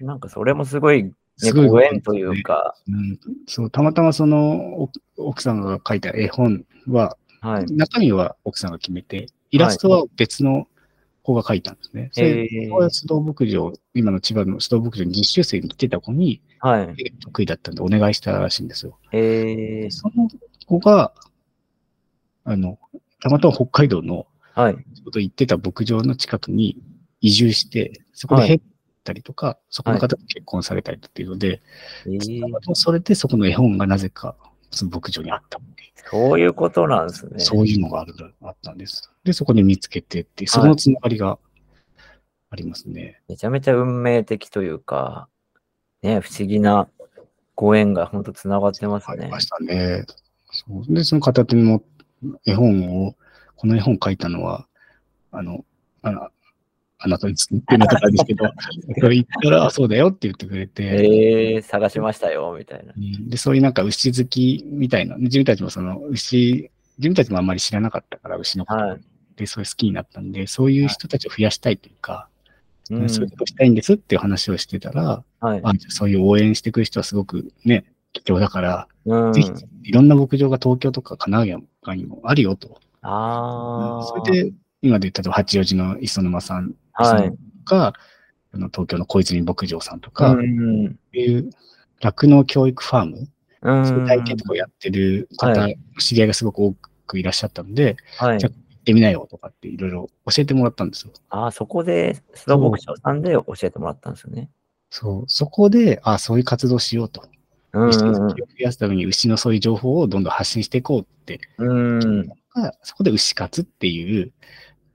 Speaker 1: なんかそれもすごい、ね、
Speaker 2: すごい
Speaker 1: ご縁というか、
Speaker 2: うん、そう、たまたまそのお奥さんが書いた絵本は、
Speaker 1: はい。
Speaker 2: 中身は奥さんが決めて、イラストは別の子が書いたんですね。それ
Speaker 1: へー
Speaker 2: これは須藤牧場、今の千葉の須藤牧場に実習生に来てた子に、
Speaker 1: はい。
Speaker 2: 絵が得意だったんでお願いしたらしいんですよ。
Speaker 1: えー、
Speaker 2: その子が、あの、たまたま北海道の
Speaker 1: はい。
Speaker 2: ちょうど行ってた牧場の近くに移住して、そこで
Speaker 1: はい
Speaker 2: ヘッったりとか、そこの方と結婚されたりっていうので、
Speaker 1: えー
Speaker 2: それでそこの絵本がなぜか、その牧場にあったので、
Speaker 1: そういうことなんですね。
Speaker 2: そういうのがあるらあったんです。で、そこで見つけてって、そのつながりがありますね。
Speaker 1: めちゃめちゃ運命的というか、ね、不思議なご縁が本当つながってます
Speaker 2: あり
Speaker 1: ね
Speaker 2: ま。したね。そうで、その片手にも絵本を、この絵本書いたのは、あの、あのあなたに作ってなかったんですけ
Speaker 1: *laughs*
Speaker 2: ど、それ言ったら、あそうだよって言ってくれて、
Speaker 1: えー、探しましたよ、みたいな。
Speaker 2: うんで、そういうなんか牛好きみたいな、自分たちもその牛、自分たちもあんまり知らなかったから、牛のこと、
Speaker 1: はい。
Speaker 2: で、それ好きになったんで、そういう人たちを増やしたいというか、
Speaker 1: う
Speaker 2: そういうことしたいんですっていう話をしてたら、
Speaker 1: はい。
Speaker 2: あじゃあそういう応援してくる人はすごくね、貴重だから、
Speaker 1: うん
Speaker 2: ぜひ、いろんな牧場が東京とか神奈川にもあるよと。
Speaker 1: ああ。
Speaker 2: それで、今で言ったら八王子の磯沼さん
Speaker 1: は
Speaker 2: 磯
Speaker 1: い
Speaker 2: 沼。とか、あの東京の小泉牧場さんと
Speaker 1: う
Speaker 2: か、っ
Speaker 1: ん。
Speaker 2: ていう酪農教育ファーム、
Speaker 1: うん
Speaker 2: そういう体験とかをやってる方、
Speaker 1: は
Speaker 2: 知り合いがすごく多くいらっしゃったので、
Speaker 1: はい
Speaker 2: じゃ。行ってみなよとかっていろいろ教えてもらったんですよ。
Speaker 1: ああ、そこで、須田牧場さんで教えてもらったんですよね。
Speaker 2: そう、そこで、あそういう活動しようと。
Speaker 1: うん
Speaker 2: 牛
Speaker 1: うん
Speaker 2: 好きを増やすために牛のそういう情報をどんどん発信していこうって
Speaker 1: うん。うん。
Speaker 2: がそこで牛活っていう、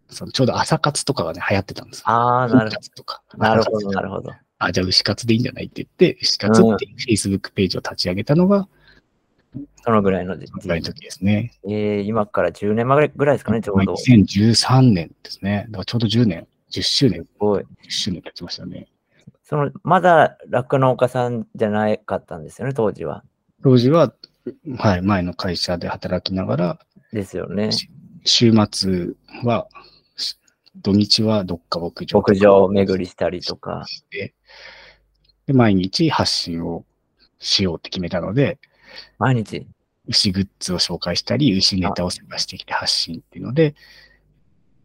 Speaker 2: そのちょうど朝活とかがね、流行ってたんですよ。
Speaker 1: ああ、なる
Speaker 2: 牛活とか。
Speaker 1: ほど。なるほど、
Speaker 2: ど。
Speaker 1: なるほど。
Speaker 2: あ、じゃあ牛活でいいんじゃないって言って、牛活っていう Facebook ページを立ち上げたのが、
Speaker 1: そのぐらいの時
Speaker 2: そのぐらいの時ですね。
Speaker 1: えー今から10年前ぐらいですかね、ちょうど。す
Speaker 2: 2013年ですね。だからちょうど10年、10周年、
Speaker 1: ごい。
Speaker 2: 10周年経ちましたね。
Speaker 1: その、まだ酪農家さんじゃなかったんですよね、当時は。
Speaker 2: 当時は、はい、前の会社で働きながら、
Speaker 1: ですよね。
Speaker 2: 週末は、し土日はどっか牧場とか
Speaker 1: 牧場を巡りしたりとか。
Speaker 2: して、で毎日発信をしようって決めたので、
Speaker 1: 毎日。
Speaker 2: 牛グッズを紹介したり、牛ネタを探してきて発信っていうので、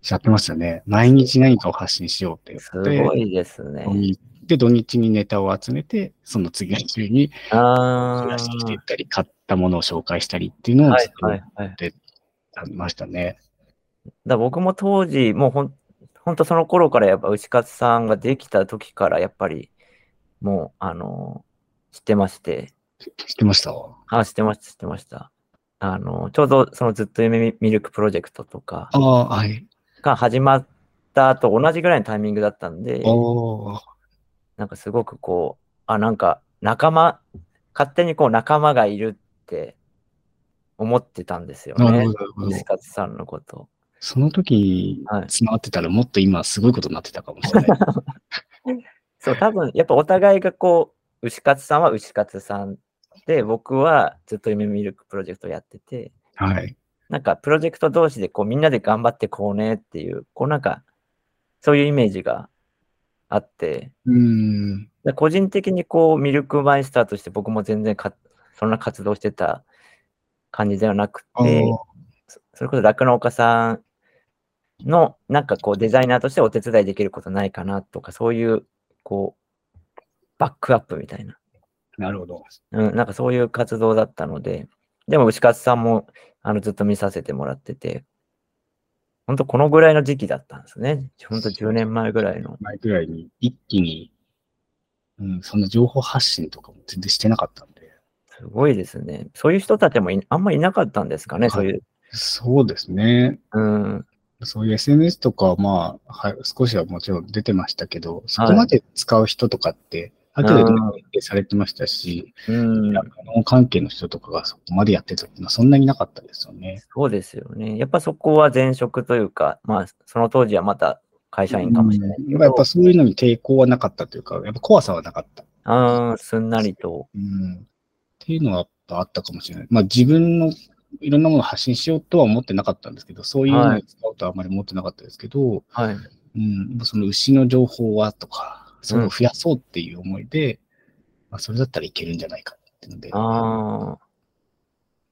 Speaker 2: やってましたね。毎日何かを発信しようって
Speaker 1: す
Speaker 2: 言って、
Speaker 1: ごいです
Speaker 2: 土
Speaker 1: ね。
Speaker 2: 日で、土日にネタを集めて、その次の週に
Speaker 1: ああ。
Speaker 2: 話していったり、買ったものを紹介したりっていうのを
Speaker 1: は
Speaker 2: ず
Speaker 1: い
Speaker 2: っと
Speaker 1: は
Speaker 2: や
Speaker 1: いはい。
Speaker 2: ってましたね。
Speaker 1: だ僕も当時、もうほんほんとその頃からやっぱ牛勝さんができた時からやっぱりもうあの知ってまして、
Speaker 2: 知ってました
Speaker 1: あ、知ってました、知ってました。あの、ちょうどそのずっと夢みミルクプロジェクトとか
Speaker 2: ああ、はい。
Speaker 1: が始まった後同じぐらいのタイミングだったんで、
Speaker 2: おー
Speaker 1: なんかすごくこう、あ、なんか仲間、勝手にこう仲間がいるって思ってたんですよ
Speaker 2: なる
Speaker 1: ね
Speaker 2: ほど、。なるほど
Speaker 1: 牛。勝さんのこと。
Speaker 2: その時に
Speaker 1: はい
Speaker 2: 繋がってたら、もっと今すごいことになってたかもしれない。
Speaker 1: そう、多分やっぱお互いがこう、牛勝さんは牛勝さんで、僕はずっと夢ミルクプロジェクトやってて、
Speaker 2: *laughs* はい。
Speaker 1: なんかプロジェクト同士でこうみんなで頑張ってこうねっていう、こうなんか、そういうイメージがあって、
Speaker 2: うーん。
Speaker 1: で個人的にこうミルクマイスターとして僕も全然かそんな活動してた感じではなく
Speaker 2: あ
Speaker 1: て、
Speaker 2: ー
Speaker 1: そそれこそ酪農家さんのなんかこうデザイナーとしてお手伝いできることないかなとかそういうこうバックアップみたいな、
Speaker 2: なるほど。
Speaker 1: うん、なんかそういう活動だったのででも牛勝さんもあのずっと見させてもらってて本当このぐらいの時期だったんですね本当10年前ぐらいの
Speaker 2: 前ぐらいに、一気に、うん、その情報発信とかも全然してなかったんで。
Speaker 1: すごいですねそういう人たちもいあんまいなかったんですかね、
Speaker 2: はい
Speaker 1: そういう、
Speaker 2: そうですね。
Speaker 1: うん、
Speaker 2: そういう SNS とかは、まあ、はい、少しはもちろん出てましたけど、そこまで使う人とかって、後で
Speaker 1: うん
Speaker 2: 認定されてましたし、
Speaker 1: うん、
Speaker 2: 酪農関係の人とかがそこまでやってたっていうのはそんなになかったですよね。
Speaker 1: そうですよね。やっぱそこは前職というか、まあ、その当時はまた会社員かもしれないけ
Speaker 2: うん
Speaker 1: ど、
Speaker 2: やっぱそういうのに抵抗はなかったというか、やっぱ怖さはなかった。
Speaker 1: あーすんなりと。
Speaker 2: うんっていうのはやっぱあったかもしれない。まあ自分のいろんなものを発信しようとは思ってなかったんですけど、そういうのを使うとはあまり思ってなかったですけど、
Speaker 1: はい。
Speaker 2: うん、その牛の情報はとか、それを増やそうっていう思いで、まあそれだったらいけるんじゃないかっていうので、
Speaker 1: ああ、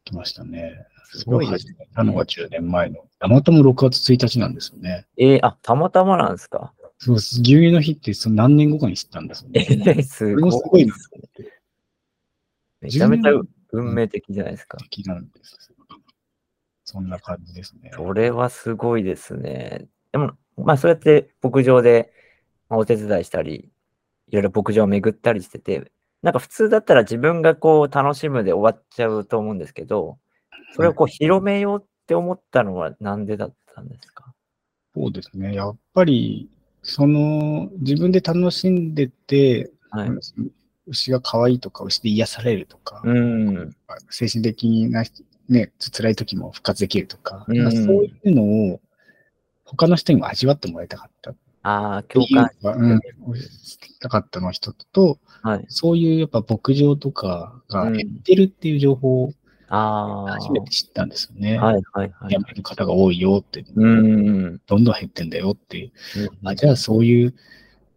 Speaker 2: 来ましたね。
Speaker 1: すごいです
Speaker 2: 始めたのが10年前の。たまたま6月1日なんですよね。
Speaker 1: えーあ、たまたまなんですか。
Speaker 2: そうです。牛乳の日ってその何年後かに知ったんですよ
Speaker 1: え
Speaker 2: ね。
Speaker 1: ー、
Speaker 2: これ
Speaker 1: す
Speaker 2: もすご
Speaker 1: ご
Speaker 2: い
Speaker 1: い
Speaker 2: な。と思って。
Speaker 1: めちゃめちゃ
Speaker 2: 10年
Speaker 1: 運命的じゃないですか。
Speaker 2: 的なんですよ。そんな感じですね。
Speaker 1: それはすごいですね。でも、まあ、そうやって牧場でまあお手伝いしたり、いろいろ牧場を巡ったりしてて、なんか普通だったら自分がこう楽しむで終わっちゃうと思うんですけど、それをこう広めようって思ったのはなんでだったんですか
Speaker 2: そうですね。やっぱり、その、自分で楽しんでて、
Speaker 1: はい。
Speaker 2: 牛が可愛いとか、牛で癒されるとか、
Speaker 1: うん。
Speaker 2: 精神的な、ね、辛い時も復活できるとか、
Speaker 1: うん
Speaker 2: なんかそういうのを他の人にも味わってもらいたかったって
Speaker 1: ああ、共
Speaker 2: いう
Speaker 1: 感
Speaker 2: か。、うん、したかったの一つと、
Speaker 1: はい。
Speaker 2: そういうやっぱ牧場とかが
Speaker 1: うん
Speaker 2: 減ってるっていう情報を
Speaker 1: ああ。
Speaker 2: 初めて知ったんですよね。
Speaker 1: はいはいはい。
Speaker 2: 病の方が多いよって、
Speaker 1: うんうん。
Speaker 2: どんどん減ってんだよっていう。
Speaker 1: うん
Speaker 2: あじゃあそういう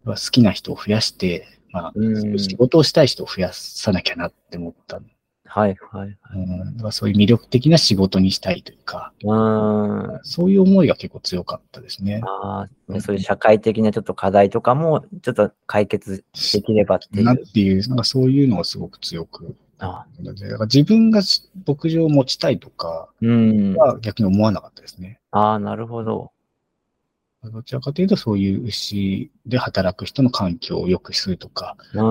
Speaker 2: まあ好きな人を増やして、まあ、
Speaker 1: うん
Speaker 2: 仕事をしたい人を増やさなきゃなって思ったの。
Speaker 1: はいはいはい。
Speaker 2: うん、だからそういう魅力的な仕事にしたいというか、
Speaker 1: うーん。
Speaker 2: そういう思いが結構強かったですね。
Speaker 1: あ
Speaker 2: う
Speaker 1: あ、
Speaker 2: ん
Speaker 1: そういう社会的なちょっと課題とかも、ちょっと解決できればってい
Speaker 2: なっ
Speaker 1: う。
Speaker 2: ていう、なんかそういうのをすごく強く。
Speaker 1: あ
Speaker 2: だから自分がし牧場を持ちたいとか
Speaker 1: うん。
Speaker 2: は逆に思わなかったですね。
Speaker 1: ああ、なるほど。
Speaker 2: どちらかというと、そういう牛で働く人の環境を良くするとか、
Speaker 1: うー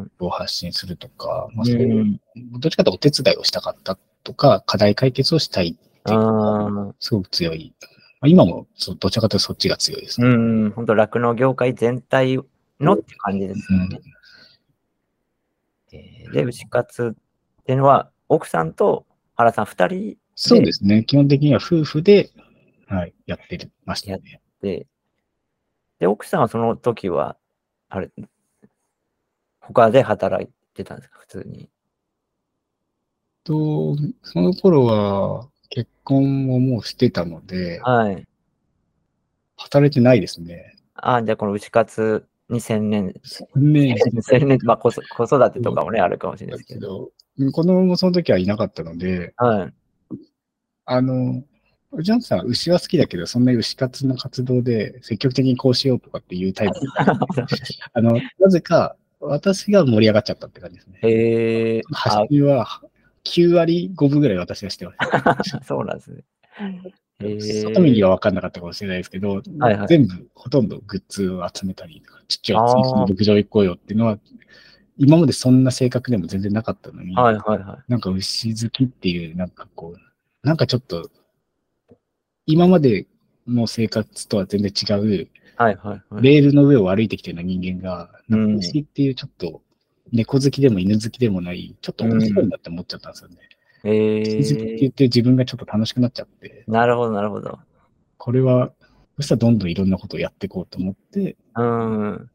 Speaker 1: ん。。
Speaker 2: を発信するとか、まあ、そういううんどっちかというとお手伝いをしたかったとか、課題解決をしたいっていう
Speaker 1: あ
Speaker 2: のが
Speaker 1: ー
Speaker 2: すごく強い。まあ、今もそうどちらかというとそっちが強いですね。
Speaker 1: うん。本当酪農業界全体のって感じですよね。えーで、牛活っていうのは、奥さんと原さん2人
Speaker 2: そうですね。基本的には夫婦で、はい、やってましたね。
Speaker 1: で、で、奥さんはその時は、あれ、他で働いてたんですか、普通に。
Speaker 2: と、その頃は結婚をもうしてたので、
Speaker 1: はい。
Speaker 2: 働いてないですね。
Speaker 1: ああ、じゃあこの牛活に専念、
Speaker 2: ね
Speaker 1: 専念、 *laughs* まあ子育子育てとかもね、あるかもしれない
Speaker 2: だ
Speaker 1: です
Speaker 2: け
Speaker 1: けど。
Speaker 2: ど、子供もその時はいなかったので、 *laughs*
Speaker 1: はい。
Speaker 2: あの、ジャンさんは牛は好きだけど、そんなに牛活の活動で積極的にこうしようとかっていうタイプ。あの、なぜか私が盛り上がっちゃったって感じですね。
Speaker 1: へえー、
Speaker 2: 発信は9割5分ぐらい私がしてました。
Speaker 1: あそうなんですね。へえ
Speaker 2: 外見には分かんなかったかもしれないですけど、
Speaker 1: はいはい
Speaker 2: 全部、ほとんどグッズを集めたりとか、父を
Speaker 1: あー
Speaker 2: 次の牧場行こうよっていうのは、今までそんな性格でも全然なかったのに、
Speaker 1: はいはいはい。
Speaker 2: なんか牛好きっていう、なんかこう、なんかちょっと、今までの生活とは全然違う、
Speaker 1: はいはいはい。
Speaker 2: レールの上を歩いてきてるような人間が、
Speaker 1: う
Speaker 2: なん
Speaker 1: ん
Speaker 2: か牛っていうちょっと、猫好きでも犬好きでもない、ちょっと面白いなって思っちゃったんですよね。
Speaker 1: え
Speaker 2: 牛好きって言って自分がちょっと楽しくなっちゃって、
Speaker 1: なるほどなるほど。
Speaker 2: これは、そしたらどんどんいろんなことをやっていこうと思って、
Speaker 1: うん。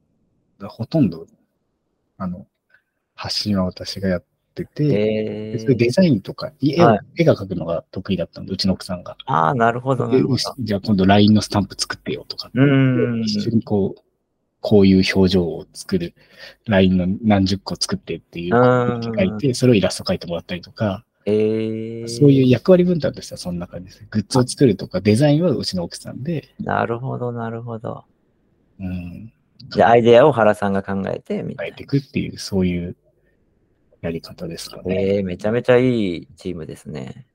Speaker 2: ほとんど、あの、発信は私がやってて、
Speaker 1: え
Speaker 2: でそれデザインとか、絵を
Speaker 1: はい
Speaker 2: 絵が描くのが得意だったので、うちの奥さんが。
Speaker 1: ああ、なるほどな
Speaker 2: で
Speaker 1: るほど。
Speaker 2: じゃあ今度 LINE のスタンプ作ってよとかって、
Speaker 1: うん
Speaker 2: 一緒にこう、こういう表情を作る、LINE の何十個作ってっていう
Speaker 1: うん
Speaker 2: 書いて、それをイラスト描いてもらったりとか、
Speaker 1: ええ
Speaker 2: そういう役割分担としてはそんな感じです。グッズを作るとか、デザインはうちの奥さんで、
Speaker 1: なるほど、なるほど。
Speaker 2: うん、
Speaker 1: じゃあ、アイデアを原さんが考えて、みた
Speaker 2: 変え
Speaker 1: い
Speaker 2: ていくっていう、そういうやり方ですか
Speaker 1: な。
Speaker 2: ね。
Speaker 1: えー、めちゃめちゃいいチームですね。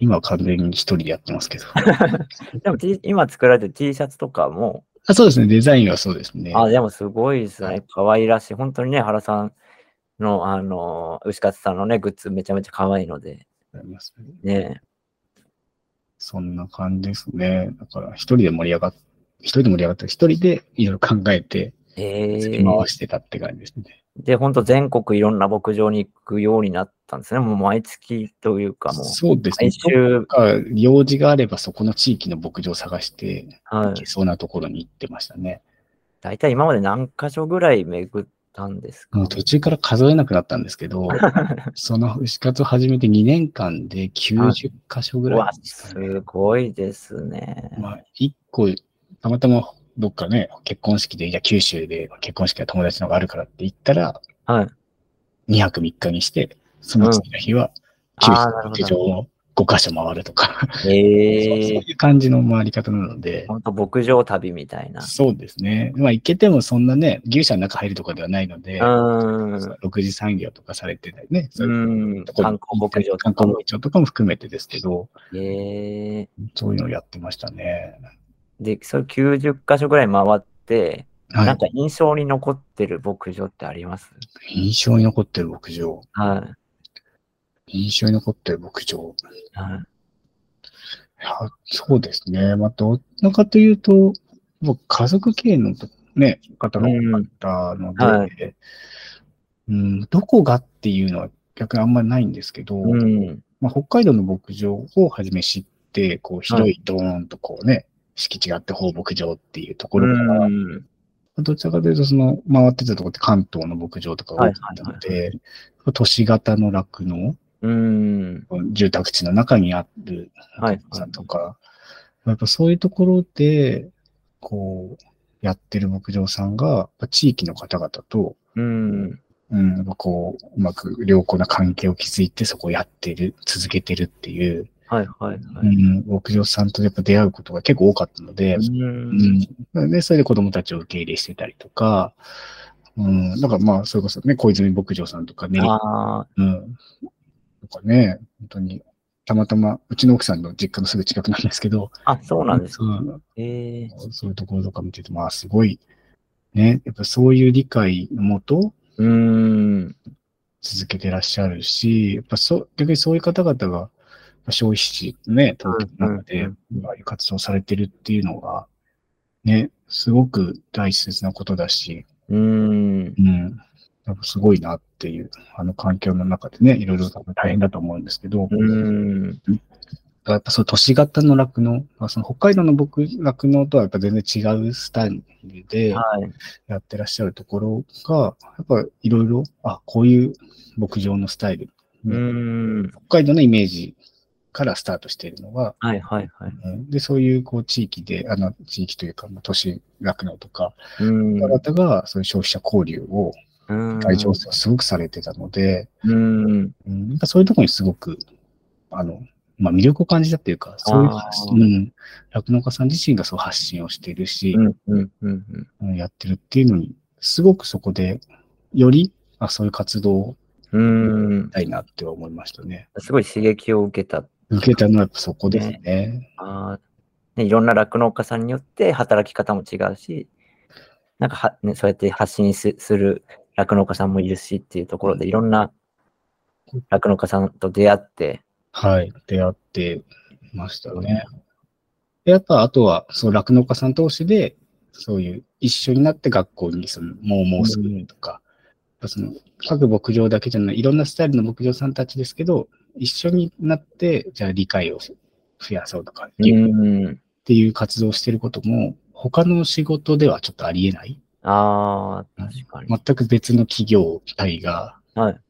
Speaker 2: 今は完全に一人でやってますけ
Speaker 1: *laughs*
Speaker 2: ど。
Speaker 1: でも、T- 今作られてる T シャツとかも、
Speaker 2: あそうですね、デザインはそうですね。
Speaker 1: あ、でもすごいです
Speaker 2: は
Speaker 1: ね。可愛らしい。本当にね、原さんの、あの、牛勝さんのね、グッズめちゃめちゃ可愛いので、
Speaker 2: ありますね
Speaker 1: ね。
Speaker 2: そんな感じですね。だから、一人で盛り上がっ一人で盛り上がって、一人でいろいろ考えて、
Speaker 1: え
Speaker 2: 付き
Speaker 1: ー
Speaker 2: 回、してたって感じですね。
Speaker 1: で、本当全国いろんな牧場に行くようになったんですね。もう毎月というか、もう、
Speaker 2: そうですね。
Speaker 1: 毎週、
Speaker 2: なんか用事があれば、そこの地域の牧場を探して、
Speaker 1: は
Speaker 2: 行
Speaker 1: い
Speaker 2: け。そうなところに行ってました
Speaker 1: *laughs*
Speaker 2: ね。
Speaker 1: 大体今まで何箇所ぐらい巡ったんですか
Speaker 2: もう途中から数えなくなったんですけ
Speaker 1: *laughs*
Speaker 2: ど、その牛活を始めて2年間で90箇所ぐ
Speaker 1: う
Speaker 2: ら
Speaker 1: わ
Speaker 2: い、です
Speaker 1: す
Speaker 2: かね、
Speaker 1: ごいですね。
Speaker 2: まあ、1個、たまたまどっかね、結婚式で、いや、九州で結婚式が友達のがあるからって言ったら、
Speaker 1: はい。
Speaker 2: 2泊3日にして、その次の日は、九州
Speaker 1: ああ、な
Speaker 2: の
Speaker 1: るほ
Speaker 2: 牧場
Speaker 1: ど。
Speaker 2: を5箇所回るとか、そうそ
Speaker 1: ええ
Speaker 2: ういう感じの回り方なので、
Speaker 1: 本当牧場旅みたいな。
Speaker 2: そうですね。まあ、行けてもそんなね、牛舎の中入るとかではないので、
Speaker 1: うーん。
Speaker 2: 6次産業とかされてたりね、そういう
Speaker 1: うん。
Speaker 2: とこ
Speaker 1: 観光牧場
Speaker 2: 観
Speaker 1: とか
Speaker 2: 光
Speaker 1: も。
Speaker 2: 牧場とかも含めてですけど、
Speaker 1: ええ
Speaker 2: そういうのをやってましたね。
Speaker 1: で、それ90箇所ぐらい回って、な
Speaker 2: は
Speaker 1: んか印象に残ってる牧場ってあります
Speaker 2: い。印象に残ってる牧場。
Speaker 1: はい。
Speaker 2: 印象に残ってる牧場。
Speaker 1: はい
Speaker 2: いやそうですね。まあ、どっちかというと、僕、家族経営のと、ね、方が多かったので、
Speaker 1: う
Speaker 2: うんん
Speaker 1: は
Speaker 2: どこがっていうのは逆にあんまりないんですけど、
Speaker 1: うん。
Speaker 2: まあ、北海道の牧場をはじめ知って、こう、広いドーンとこうね、敷地があって放牧場っていうとこ
Speaker 1: う
Speaker 2: ろから、
Speaker 1: ん。
Speaker 2: どちらかというと、その、回ってたところって関東の牧場とか多かったの
Speaker 1: はい
Speaker 2: で、都市型の酪農、
Speaker 1: うん。
Speaker 2: 住宅地の中にある
Speaker 1: はい
Speaker 2: さんとか、やっぱそういうところで、こう、やってる牧場さんが、やっぱ地域の方々と、
Speaker 1: うん。
Speaker 2: うん、やっぱこう、うまく良好な関係を築いて、そこをやってる、続けてるっていう、
Speaker 1: はいはいは
Speaker 2: う
Speaker 1: い。
Speaker 2: ん、牧場さんとやっぱ出会うことが結構多かったので、
Speaker 1: うん。
Speaker 2: うん。で、それで子供たちを受け入れしてたりとか、うん、なんかまあ、それこそね、小泉牧場さんとかね、
Speaker 1: ああ、
Speaker 2: うん。とかね、本当に、たまたま、うちの奥さんの実家のすぐ近くなんですけど、
Speaker 1: あ、そうなんですか。
Speaker 2: うん
Speaker 1: ええ
Speaker 2: そういうところとか見てて、まあ、すごい、ね、やっぱそういう理解のもと、
Speaker 1: うん。
Speaker 2: 続けてらっしゃるし、やっぱそう、逆にそういう方々が、まあ消費地のね、東京の中
Speaker 1: う
Speaker 2: で
Speaker 1: ん、
Speaker 2: ああいう活動されてるっていうのが、ね、すごく大切なことだし、
Speaker 1: うん。
Speaker 2: うん、やっぱすごいなっていう、あの環境の中でね、いろいろ多分大変だと思うんですけど、
Speaker 1: うん。
Speaker 2: やっぱそう、都市型の酪農、まあ、その北海道の僕、酪農とはやっぱ全然違うスタイルで
Speaker 1: はい。
Speaker 2: やってらっしゃるところが、やっぱいろいろ、あ、こういう牧場のスタイル、
Speaker 1: うん。
Speaker 2: 北海道のイメージからスタートしているのが、
Speaker 1: はいはいはい。
Speaker 2: うんで、そういうこう地域で、あの、地域というか、まあ、都市酪農とか、
Speaker 1: うん。
Speaker 2: 方々がそういう消費者交流を、
Speaker 1: うん
Speaker 2: 会場をすごくされてたので、
Speaker 1: うん。
Speaker 2: うん、やっぱそういうところにすごく、あの、まあ、魅力を感じたっていうか、そういう発
Speaker 1: あ
Speaker 2: 信、
Speaker 1: ー
Speaker 2: うん、酪農家さん自身がそう発信をしているし
Speaker 1: う、ん。うん。うん。
Speaker 2: うんやってるっていうのに、すごくそこで、より、あそういう活動を
Speaker 1: うん
Speaker 2: し。たいなっては思いましたね。
Speaker 1: すごい刺激を受けた。
Speaker 2: 受けたのはやっぱそこですね。
Speaker 1: あーね、いろんな酪農家さんによって働き方も違うし、なんかは、ね、そうやって発信すする酪農家さんもいるしっていうところで、いろんな酪農家さんと出会って、
Speaker 2: はい。出会ってましたね。でやっぱ、あとは、その酪農家さん同士で、そういう、一緒になって学校に、その、もうもうすぐとか、やっぱその、各牧場だけじゃない、いろんなスタイルの牧場さんたちですけど、一緒になって、じゃあ理解を増やそうとかっていう、っ
Speaker 1: うん。
Speaker 2: ていう活動をしてることも、他の仕事ではちょっとありえない。
Speaker 1: ああ、確かに。
Speaker 2: 全く別の企業体が、
Speaker 1: はい。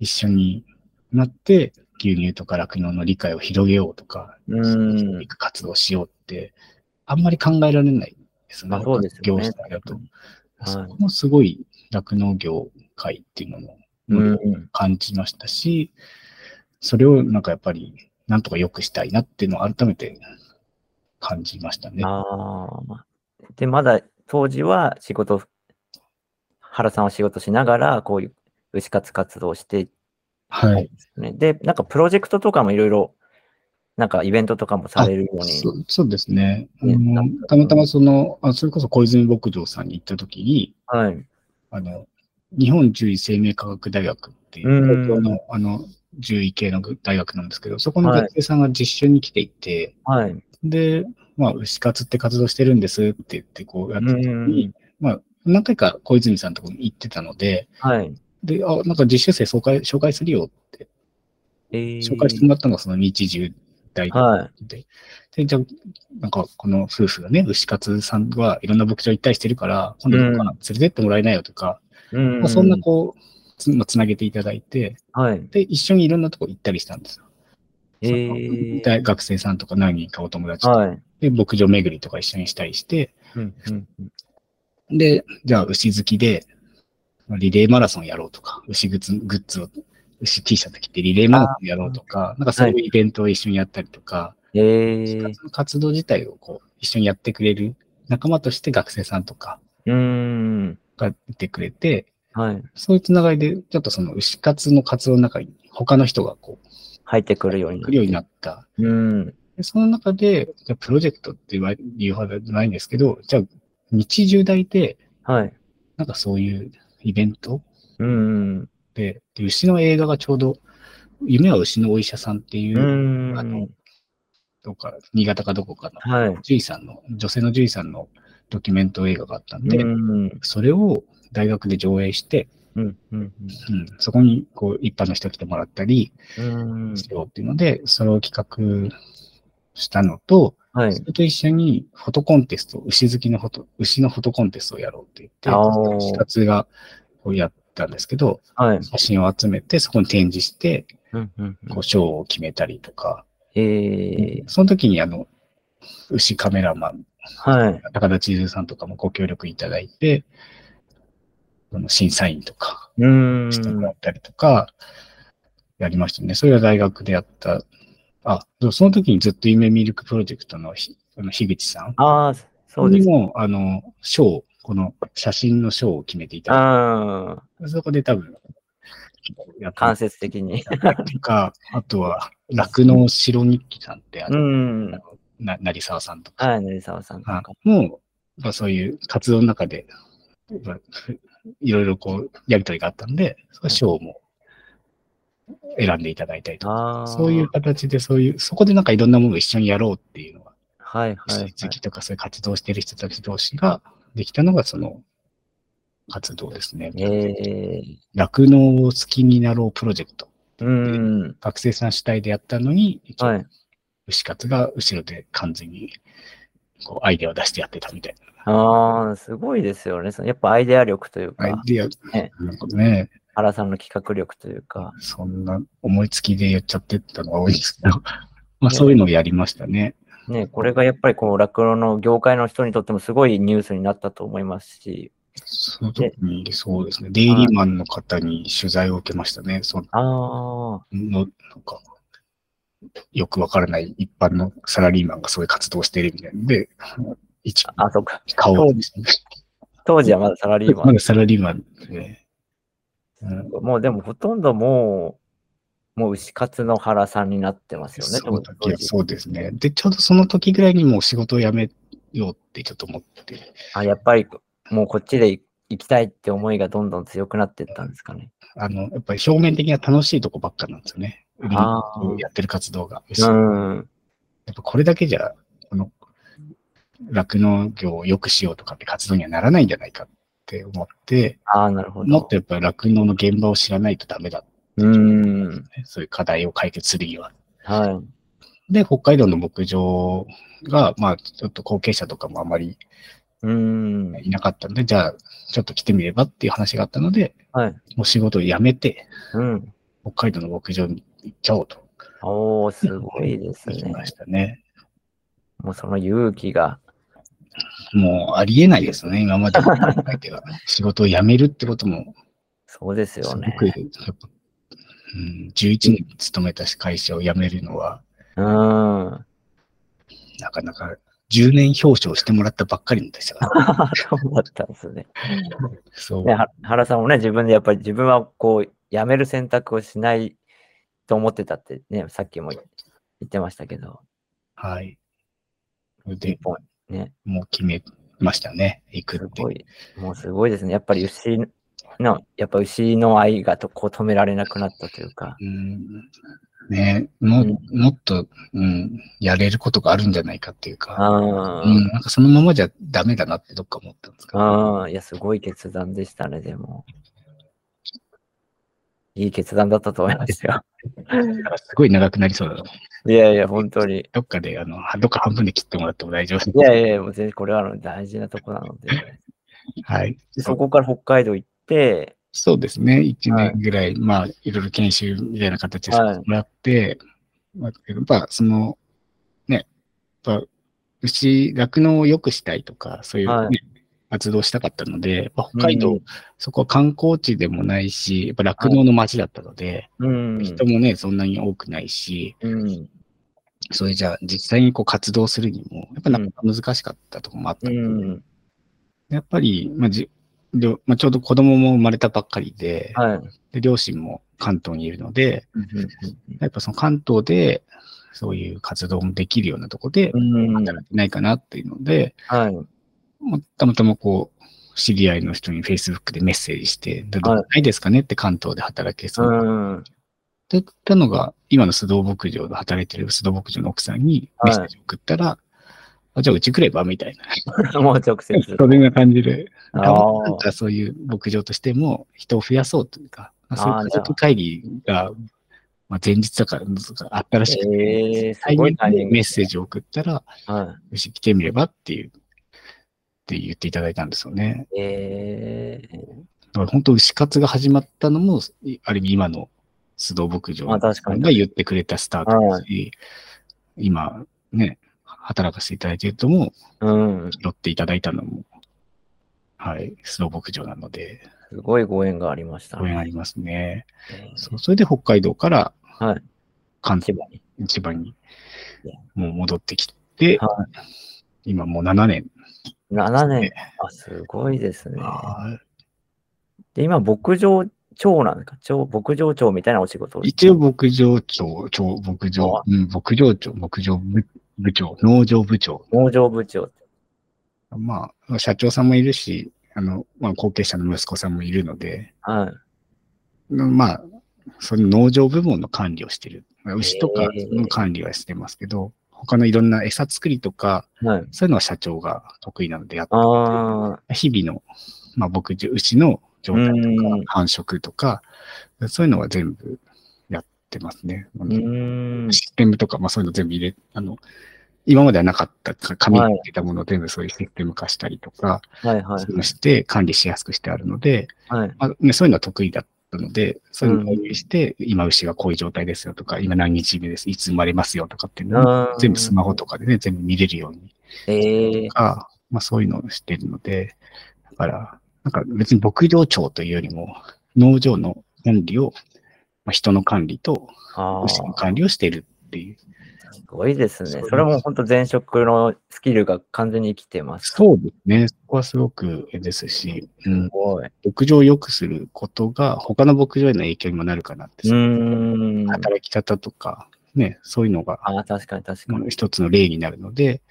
Speaker 2: 一緒になって、牛乳とか酪農の理解を広げようとか、
Speaker 1: うん。
Speaker 2: 活動しようって、あんまり考えられないです
Speaker 1: まあそうですよ
Speaker 2: 業
Speaker 1: ね
Speaker 2: 種だと。
Speaker 1: はい
Speaker 2: そこもすごい酪農業界っていうのも
Speaker 1: うん。
Speaker 2: 感じましたし、それをなんかやっぱり、なんとか良くしたいなっていうのを改めて感じましたね。
Speaker 1: ああ。で、まだ当時は仕事、原さんは仕事しながら、こういう牛活活動をしていて
Speaker 2: はい。
Speaker 1: ね。で、なんかプロジェクトとかもいろいろ、なんかイベントとかもされるように。
Speaker 2: そうそうですね。あ
Speaker 1: ねな
Speaker 2: の
Speaker 1: んか
Speaker 2: たまたまその、あそれこそ小泉牧場さんに行った時に、
Speaker 1: はい。
Speaker 2: あの、日本獣医生命科学大学っていうう、
Speaker 1: ん
Speaker 2: 東京の、あの、獣医系の大学なんですけど、そこの
Speaker 1: はい
Speaker 2: 学生さんが実習に来ていて、
Speaker 1: はい。
Speaker 2: で、まあ、牛活って活動してるんですって言って、こうやってた時
Speaker 1: うん
Speaker 2: に、。何回か小泉さんのとこに行ってたので、
Speaker 1: はい。
Speaker 2: で、あ、なんか実習生紹介、紹介するよって、
Speaker 1: えー、
Speaker 2: 紹介してもらったのがその日獣大学
Speaker 1: はい。
Speaker 2: で、で、じゃあなんかこの夫婦がね、牛活さんはいろんな牧場行ったりしてるから、今度どっか連れてってもらえないよとか、
Speaker 1: うん
Speaker 2: まあ、そんなこう、つまあつなげていただいて、
Speaker 1: はい。
Speaker 2: で、一緒にいろんなとこ行ったりしたんですよ。
Speaker 1: えー、
Speaker 2: 大学生さんとか何人かお友達と、
Speaker 1: はい。
Speaker 2: で、牧場巡りとか一緒にしたりして、
Speaker 1: うんうんうん
Speaker 2: で、じゃあ牛好きで、まあリレーマラソンやろうとか、牛グッズグッズを、牛 T シャツ着てリレーマラソンやろうとか、なんかそういうイベントを一緒にやったりとか、
Speaker 1: え
Speaker 2: 牛
Speaker 1: ー
Speaker 2: 活、の活動自体をこう、一緒にやってくれる仲間として学生さんとか
Speaker 1: うーん。
Speaker 2: がいてくれて、
Speaker 1: はい。
Speaker 2: そういうつながりで、ちょっとその牛活の活動の中に他の人がこう、
Speaker 1: 入ってくるように
Speaker 2: 来るように
Speaker 1: な
Speaker 2: な
Speaker 1: っ
Speaker 2: った。
Speaker 1: て。うん。
Speaker 2: でその中で、じゃあプロジェクトって言わ言うはずじゃないんですけど、じゃあ日中大で
Speaker 1: はい。
Speaker 2: なんかそういうイベント
Speaker 1: うん
Speaker 2: で、で牛の映画がちょうど、夢は牛のお医者さんっていうう、
Speaker 1: ん。う
Speaker 2: あ
Speaker 1: ん
Speaker 2: の。どっか、新潟かどこかの、
Speaker 1: はい。
Speaker 2: 獣医さんの、女性の獣医さんのドキュメント映画があったんで、
Speaker 1: うん。
Speaker 2: それを大学で上映して、
Speaker 1: うん。うん。
Speaker 2: うん、そこにこう一般の人来てもらったり
Speaker 1: うん。
Speaker 2: しようっていうので、それを企画したのと、
Speaker 1: はい
Speaker 2: そ。れと一緒にフォトコンテスト、牛好きのフォト、牛のフォトコンテストをやろうって言って、
Speaker 1: あー
Speaker 2: 視察がこうやったんですけど、
Speaker 1: はい。
Speaker 2: 写真を集めて、そこに展示して、
Speaker 1: うん。うん。
Speaker 2: こう賞を決めたりとか、
Speaker 1: ええ。
Speaker 2: その時にあの、牛カメラマン、
Speaker 1: はい。
Speaker 2: 高田千鶴さんとかもご協力いただいて、その審査員とか、
Speaker 1: うん。
Speaker 2: してもらったりとか、やりましたね。それは大学でやった。あ、でもその時にずっと夢ミルクプロジェクトのひあの樋口さん
Speaker 1: ああ、そう
Speaker 2: に
Speaker 1: です。
Speaker 2: も、あの、賞を、この写真の賞を決めていただ
Speaker 1: ああ、
Speaker 2: いてそこで多分、やった
Speaker 1: 間接的に。
Speaker 2: りとか、あとは、酪農白日記さんって、あ
Speaker 1: う
Speaker 2: の、
Speaker 1: ん。
Speaker 2: な成沢さんとか、
Speaker 1: はい、成沢さんと
Speaker 2: あ
Speaker 1: か。
Speaker 2: もう、まあ、そういう活動の中で、まあいろいろこう、やりとりがあったんで、その賞も選んでいただいたりとか。
Speaker 1: ああ、
Speaker 2: そういう。形で、そういう、そこでなんかいろんなものを一緒にやろうっていうのが、
Speaker 1: はいはい、は
Speaker 2: 親
Speaker 1: い。
Speaker 2: 戚とかそういう活動してる人たち同士ができたのが、その活動ですね。
Speaker 1: ええ
Speaker 2: 酪農を好きになろうプロジェクト。
Speaker 1: うん。
Speaker 2: 学生さん主体でやったのに、一応
Speaker 1: はい。
Speaker 2: 牛活が後ろで完全にこうアイデアを出してやってたみたい
Speaker 1: ああ、すごいですよね。そのやっぱアイデア力という
Speaker 2: な。アイ
Speaker 1: か、
Speaker 2: デア、
Speaker 1: ね
Speaker 2: なんかね、
Speaker 1: 原さんの企画力というか。
Speaker 2: そんな思いつきでやっちゃってたのが多いですけど、まあそういうのをやりましたね。
Speaker 1: ね、これがやっぱりこう、落語の業界の人にとってもすごいニュースになったと思いますし、
Speaker 2: その時に、そうですね。デイリーマンの方に取材を受けましたね。そ
Speaker 1: ああ、
Speaker 2: の、なんか、よくわからない一般のサラリーマンがそういう活動しているみたいなんで、一
Speaker 1: あ、そうか。
Speaker 2: 顔を、
Speaker 1: 当時はまだサラリー
Speaker 2: *laughs*
Speaker 1: マ
Speaker 2: ま *laughs*
Speaker 1: ン。
Speaker 2: だサラリーマンで、ねうん
Speaker 1: もうでもほとんどもう、もう牛活の原さんになってますよね。
Speaker 2: その
Speaker 1: でも
Speaker 2: 時はそうですね。で、ちょうどその時ぐらいにもう仕事を辞めようってちょっと思って、
Speaker 1: あ、やっぱりもうこっちでい行きたいって思いがどんどん強くなってったんですかね。
Speaker 2: あの、やっぱり表面的な楽しいとこばっかなんですよね。
Speaker 1: あー
Speaker 2: やってる活動が。
Speaker 1: うん。
Speaker 2: やっぱこれだけじゃ、この、酪農業を良くしようとかって活動にはならないんじゃないかって思って、
Speaker 1: ああ、なるほ
Speaker 2: もっ
Speaker 1: ど。
Speaker 2: とやっぱ酪農の現場を知らないとダメだって、
Speaker 1: うん。
Speaker 2: ね。そういう課題を解決するには。
Speaker 1: はい。
Speaker 2: で、北海道の牧場が、まあ、ちょっと後継者とかもあまり
Speaker 1: うん。
Speaker 2: いなかったので、じゃあ、ちょっと来てみればっていう話があったので、
Speaker 1: はい。
Speaker 2: もう仕事を辞めて、
Speaker 1: うん。
Speaker 2: 北海道の牧場に行っちゃおうと
Speaker 1: おー、すごいです
Speaker 2: 行き
Speaker 1: ね。
Speaker 2: ましたね。
Speaker 1: もうその勇気が。
Speaker 2: もうありえないですよね、今までの考えては。 *laughs* 仕事を辞めるってことも
Speaker 1: そうですよ
Speaker 2: すご
Speaker 1: ね。
Speaker 2: く、やっぱうん、11年勤めた会社を辞めるのは、
Speaker 1: うん。 *laughs*
Speaker 2: なかなか10年表彰してもらったばっかりのですよ。
Speaker 1: そうだったんですね。
Speaker 2: そう
Speaker 1: ね、は原さんもね、自分でやっぱり自分はこう、やめる選択をしないと思ってたってね、さっきも言ってましたけど、
Speaker 2: はい。それ
Speaker 1: 一
Speaker 2: で、
Speaker 1: 本ね、
Speaker 2: もう決めましたね、行く
Speaker 1: す
Speaker 2: って
Speaker 1: ご。い、もうすごいですね。やっぱり牛の、やっぱ牛の愛がとこう止められなくなったというか。
Speaker 2: うんね、ももっと、うん、やれることがあるんじゃないかっていうか、
Speaker 1: あ
Speaker 2: うん、なんかそのままじゃダメだなってどっか思ったんですか。
Speaker 1: あ、うん、いや、すごい決断でしたね、でも。いい決断だったと思いますよ。
Speaker 2: なんかすごい長くなりそうだな。
Speaker 1: いやいや、本当に。
Speaker 2: どっかで、あの、どっか半分で切ってもらっても大丈夫
Speaker 1: いやいやいや、もう全然これはあの大事なとこなので。
Speaker 2: はい。
Speaker 1: でそこから北海道行って、
Speaker 2: そうですね。1
Speaker 1: はい
Speaker 2: 年ぐらい、まあ、いろいろ研修みたいな形で
Speaker 1: はい
Speaker 2: もらって、まあやっぱ、その、ね、やっぱ、うち、酪農を良くしたいとか、そういう、ね
Speaker 1: はい
Speaker 2: 活動したかったので、やっぱ北海道、
Speaker 1: うん
Speaker 2: そこは観光地でもないし、やっぱ酪農の町だったので、
Speaker 1: うん。
Speaker 2: 人もね、そんなに多くないし、
Speaker 1: うん。
Speaker 2: それじゃあ、実際にこう活動するにも、やっぱなかなか難しかったところもあった
Speaker 1: う
Speaker 2: ので、
Speaker 1: ん。
Speaker 2: やっぱり、まあじりょまあ、ちょうど子供も生まれたばっかりで、
Speaker 1: はい。
Speaker 2: で両親も関東にいるので、
Speaker 1: う
Speaker 2: やっぱその関東でそういう活動もできるようなとこで
Speaker 1: ん。うん
Speaker 2: 働いてないかなっていうので、
Speaker 1: はい。
Speaker 2: まあたまたまこう、知り合いの人に Facebook でメッセージして、ど
Speaker 1: は
Speaker 2: う
Speaker 1: い
Speaker 2: ないですかねって関東で働けそう。
Speaker 1: うん。 *laughs*
Speaker 2: って言ったのが、今の須藤牧場で働いてる須藤牧場の奥さんにメッセージ送ったら、あじゃあうち来ればみたいな。
Speaker 1: もう直接。
Speaker 2: そんな感じで。
Speaker 1: あ
Speaker 2: たまに
Speaker 1: ー
Speaker 2: なんかそういう牧場としても人を増やそうというか、まあ、そう
Speaker 1: あ
Speaker 2: いう
Speaker 1: ー
Speaker 2: 家族会議が、まあ、前日だからあったらしく
Speaker 1: え
Speaker 2: て、
Speaker 1: ーすごいタ
Speaker 2: タイ
Speaker 1: イ
Speaker 2: ミングで
Speaker 1: ミング
Speaker 2: メッセージを送ったら、
Speaker 1: は
Speaker 2: うち来てみればっていう、って言っていただいたんですよね。
Speaker 1: い。え
Speaker 2: だから本当、牛活が始まったのも、いある意味今の須藤牧場
Speaker 1: まあ確かに
Speaker 2: が言ってくれたスタートだし、今ね、働かせていただいてるとも、
Speaker 1: ー、うん。
Speaker 2: 拾っていただいたのも、はい、須藤牧場なので、
Speaker 1: すごいご縁がありました
Speaker 2: ご縁あ
Speaker 1: ね。
Speaker 2: りますね。
Speaker 1: えー
Speaker 2: そうそれで北海道から
Speaker 1: はい。
Speaker 2: 関
Speaker 1: 千
Speaker 2: 東、
Speaker 1: 葉に。
Speaker 2: 千葉に
Speaker 1: いや
Speaker 2: もう戻ってきて、
Speaker 1: は
Speaker 2: 今もう7年。
Speaker 1: 7年
Speaker 2: ね。
Speaker 1: あ、すごいですね。
Speaker 2: あ
Speaker 1: で、今、牧場長なんか、長牧場長みたいなお仕事を
Speaker 2: ー一応牧場長、長牧場、うん、牧場長、牧場部部長、農場部長。
Speaker 1: 農場部長って。
Speaker 2: まあ、社長さんもいるし、あの、まあ、後継者の息子さんもいるので、
Speaker 1: はい。
Speaker 2: まあ、その農場部門の管理をしてる。牛とか
Speaker 1: えー
Speaker 2: の管理はしてますけど、他のいろんな餌作りとか、
Speaker 1: はい。
Speaker 2: そういうのは社長が得意なのでやっ
Speaker 1: あ
Speaker 2: 日々の、まあ、牧場、牛の状態と
Speaker 1: う
Speaker 2: か
Speaker 1: ん、
Speaker 2: 繁殖とか、そういうのは全部やってますね。あ
Speaker 1: ー、う
Speaker 2: の
Speaker 1: ーん。
Speaker 2: システムとか、まあ、そういうの全部入れ、あの、今まではなかったか、紙に入れたものを全部そういうシステム化したりとか、
Speaker 1: はいは
Speaker 2: そういう
Speaker 1: い。
Speaker 2: のして管理しやすくしてあるので、
Speaker 1: はい。
Speaker 2: まあね、そういうのは得意だったので、そういうのを導入して、今牛がこういう状態ですよとか、今何日目です、いつ生まれますよとかっていうのを
Speaker 1: あー
Speaker 2: 全部スマホとかでね、全部見れるように
Speaker 1: ええ
Speaker 2: とか、まあそういうのをしてるので、だから、なんか別に牧場長というよりも、農場の管理を、まあ、人の管理と
Speaker 1: ああ、
Speaker 2: 牛の管理をしているっていう。
Speaker 1: すごいで
Speaker 2: そ
Speaker 1: す
Speaker 2: う
Speaker 1: ね
Speaker 2: で。す
Speaker 1: それも本当前職のスキルが完全に生きてます。す
Speaker 2: そうですね。そこはすごくですし、うん、
Speaker 1: ごい。う
Speaker 2: 牧場を良くすることが他の牧場への影響にもなるかなって、
Speaker 1: ーん。
Speaker 2: 働き方とか、ね、そういうのが
Speaker 1: ああ、確かに確か
Speaker 2: まあ
Speaker 1: に。
Speaker 2: 一つの例になるので、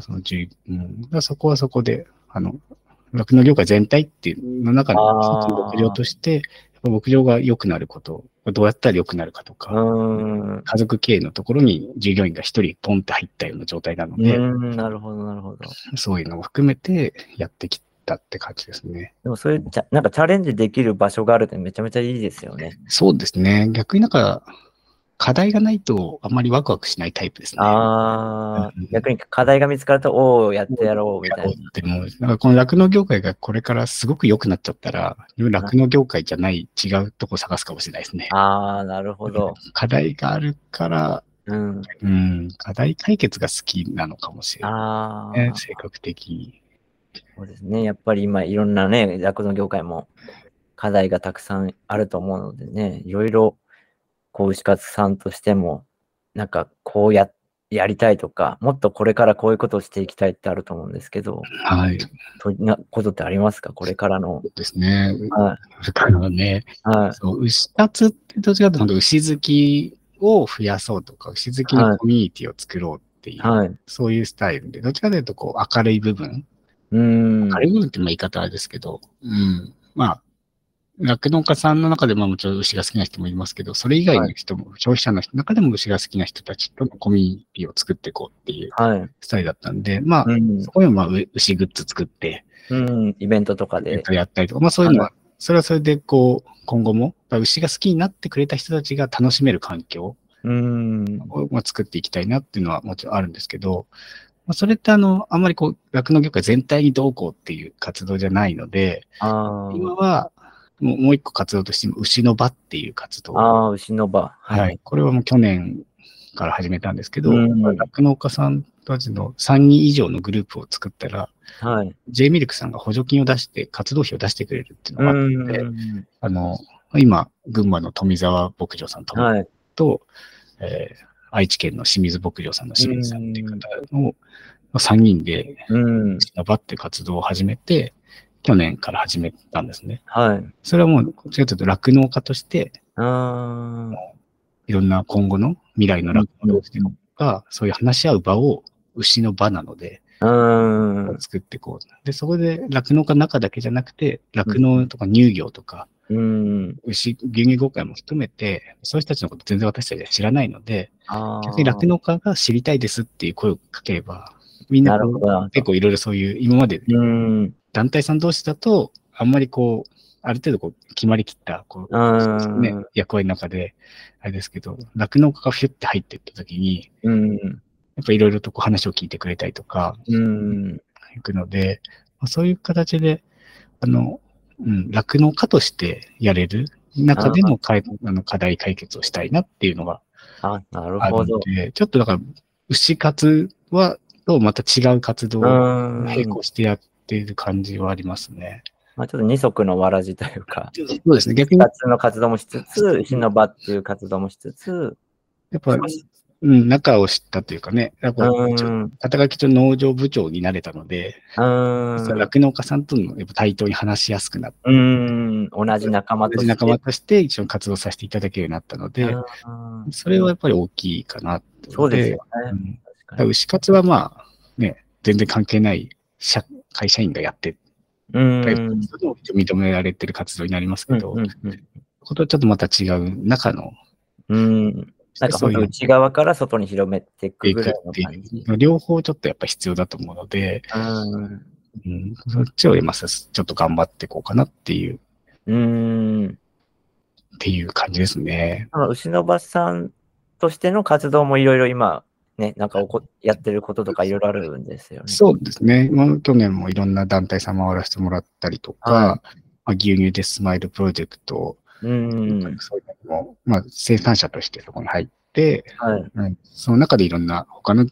Speaker 2: その十うん、だからそこはそこで、あの、酪農業界全体っていうの中の
Speaker 1: あ
Speaker 2: 一
Speaker 1: ー
Speaker 2: つの牧場として、やっぱ牧場が良くなること、どうやったら良くなるかと
Speaker 1: う
Speaker 2: か、
Speaker 1: ーん。う
Speaker 2: 家族経営のところに従業員が一人ポンって入ったような状態なので、
Speaker 1: ーん、なるほど、なるほど。
Speaker 2: そういうのも含めてやってきたって感じですね。
Speaker 1: でも、そういうチャ、なんかチャレンジできる場所があるってめちゃめちゃいいですよね。
Speaker 2: そうですね。逆になんか、課題がないとあんまりワクワクしないタイプですね。
Speaker 1: ああ
Speaker 2: うんうん、
Speaker 1: 逆に課題が見つかると、おお、やってやろうみたいな。
Speaker 2: でも、なんかこの酪農業界がこれからすごく良くなっちゃったら、酪農業界じゃない違うとこ探すかもしれないですね。
Speaker 1: ああ、なるほど。
Speaker 2: 課題があるから、
Speaker 1: うん。
Speaker 2: うん、課題解決が好きなのかもしれな
Speaker 1: あ
Speaker 2: い、ね。
Speaker 1: あ、
Speaker 2: 性格的に。
Speaker 1: そうですね。やっぱり今、いろんなね、酪農業界も課題がたくさんあると思うのでね、いろいろ、こう、牛勝さんとしても、なんか、こうや、やりたいとか、もっとこれからこういうことをしていきたいってあると思うんですけど、
Speaker 2: はい。そ
Speaker 1: そんなことってありますかこれからの
Speaker 2: う。ですね。
Speaker 1: は
Speaker 2: だからね、
Speaker 1: い。はい。
Speaker 2: そう牛立つってどっちかというと本当、牛好きを増やそうとか、牛好きのコミュニティを作ろうっていう、
Speaker 1: はい。う
Speaker 2: そういうスタイルで、どっちかというとこう明るい部分、
Speaker 1: ーん。
Speaker 2: あれ部分ってまあ言い方あれですけど、うん。まあ、酪農家さんの中でまあもちろん牛が好きな人もいますけど、それ以外の人も、消費者の中でも牛が好きな人たちとのコミュニティを作っていこうっていう
Speaker 1: はい。
Speaker 2: スタイルだったんで、まあ、
Speaker 1: うん
Speaker 2: そ。こにもまあう牛グッズ作って、
Speaker 1: うん。イベントとか
Speaker 2: えっ
Speaker 1: で。
Speaker 2: とやったりとか、まあそういうのは、それはそれでこう、今後も、まあ牛が好きになってくれた人たちが楽しめる環境
Speaker 1: うーん。
Speaker 2: をまあ作っていきたいなっていうのはもちろんあるんですけど、まあ、それってあの、あんまりこう、酪農業界全体にどうこうっていう活動じゃないので、
Speaker 1: あー
Speaker 2: 今は、もうもう一個活動として、牛の場っていう活動。
Speaker 1: あー、牛の場。
Speaker 2: は。い。これはもう去年から始めたんですけど、
Speaker 1: うん
Speaker 2: 酪農家さんたちの3人以上のグループを作ったら、
Speaker 1: はい。
Speaker 2: J ミルクさんが補助金を出して、活動費を出してくれるっていうのがあって、
Speaker 1: うん。
Speaker 2: あの、今、群馬の富澤牧場さんと、
Speaker 1: はい。
Speaker 2: えー愛知県の清水牧場さんの清水さんっていう方の3人で、
Speaker 1: うん。
Speaker 2: 牛の場って活動を始めて、去年から始めたんですね。
Speaker 1: はい。
Speaker 2: それはもう、ちょっと酪農家として、
Speaker 1: あ
Speaker 2: いろんな今後の未来の酪農家が、そういう話し合う場を牛の場なので、
Speaker 1: うーん。
Speaker 2: 作っていこう。で、そこで酪農家の中だけじゃなくて、酪農とか乳業とか、
Speaker 1: うん。
Speaker 2: 牛、牛乳業界も含めて、そういう人たちのこと全然私たちは知らないので、
Speaker 1: あー
Speaker 2: 逆に酪農家が知りたいですっていう声をかければ、みん
Speaker 1: な
Speaker 2: な
Speaker 1: るほど。
Speaker 2: 結構いろいろそういう、今まで
Speaker 1: うん。
Speaker 2: 団体さん同士だと、あんまりこう、ある程度こう決まりきった、こう、
Speaker 1: うん
Speaker 2: ね、役割の中で、あれですけど、酪農家がフィュって入っていった時に、
Speaker 1: うん。
Speaker 2: やっぱいろいろとこう話を聞いてくれたりとか、
Speaker 1: うん。
Speaker 2: いくので、まあそういう形で、あの、うん、酪農家としてやれる中でのかいあの課題解決をしたいなっていうのが
Speaker 1: あ、なる
Speaker 2: あ
Speaker 1: ほ
Speaker 2: る
Speaker 1: ど
Speaker 2: の。で、ちょっとだから、牛活は、とまた違う活動
Speaker 1: う
Speaker 2: を
Speaker 1: ん。
Speaker 2: 並行してやっている感じはありますね。
Speaker 1: まあ、ちょっと二足のわらじというか、
Speaker 2: そうですね。逆に、
Speaker 1: 二
Speaker 2: や
Speaker 1: つの活動もしつつ、火の場っていう活動もしつつ、
Speaker 2: っぱ、うん、仲を知ったというかね、やっぱ
Speaker 1: うん。
Speaker 2: ちょ
Speaker 1: うん。
Speaker 2: 肩書きと農場部長になれたので、酪農家さんとのやっぱ対等に話しやすくなって、
Speaker 1: うん。同じ仲間
Speaker 2: 同
Speaker 1: と
Speaker 2: じ
Speaker 1: して。
Speaker 2: 仲間として一緒に活動させていただけるようになったので、
Speaker 1: うん
Speaker 2: それはやっぱり大きいかなって
Speaker 1: そうですよ
Speaker 2: う
Speaker 1: ね。
Speaker 2: んだ
Speaker 1: 確
Speaker 2: か
Speaker 1: からに
Speaker 2: 牛活はまあ、ね、全然関係ない社会社員がやって、
Speaker 1: うん。
Speaker 2: それ
Speaker 1: うん
Speaker 2: も認められてる活動になりますけど、
Speaker 1: うん
Speaker 2: ことはちょっとまた違う中の、
Speaker 1: うん。うんなんか
Speaker 2: そういうのを
Speaker 1: 本当
Speaker 2: やっ
Speaker 1: 内側から外に広めて
Speaker 2: て
Speaker 1: いく
Speaker 2: い
Speaker 1: ぐ
Speaker 2: く
Speaker 1: ら
Speaker 2: っ
Speaker 1: いの
Speaker 2: て
Speaker 1: 感
Speaker 2: い
Speaker 1: じ。
Speaker 2: うの両方ちょっとやっぱ必要だと思うので、
Speaker 1: うん
Speaker 2: うん、そっちを今さちょっと頑張っていこうかなっていう、
Speaker 1: うん。
Speaker 2: っていう感じですね。
Speaker 1: あの牛の場さんとしての活動もいろいろ今、ね、なんかおこやってることとかいろいろあるんですよね。
Speaker 2: そうですね。まあ去年もいろんな団体さん回らせてもらったりとか、
Speaker 1: は
Speaker 2: まあ、牛乳でスマイルプロジェクトを
Speaker 1: うん。
Speaker 2: そういうのも、まあ、生産者としてそこに入って、
Speaker 1: はい。
Speaker 2: うんその中でいろんな他の、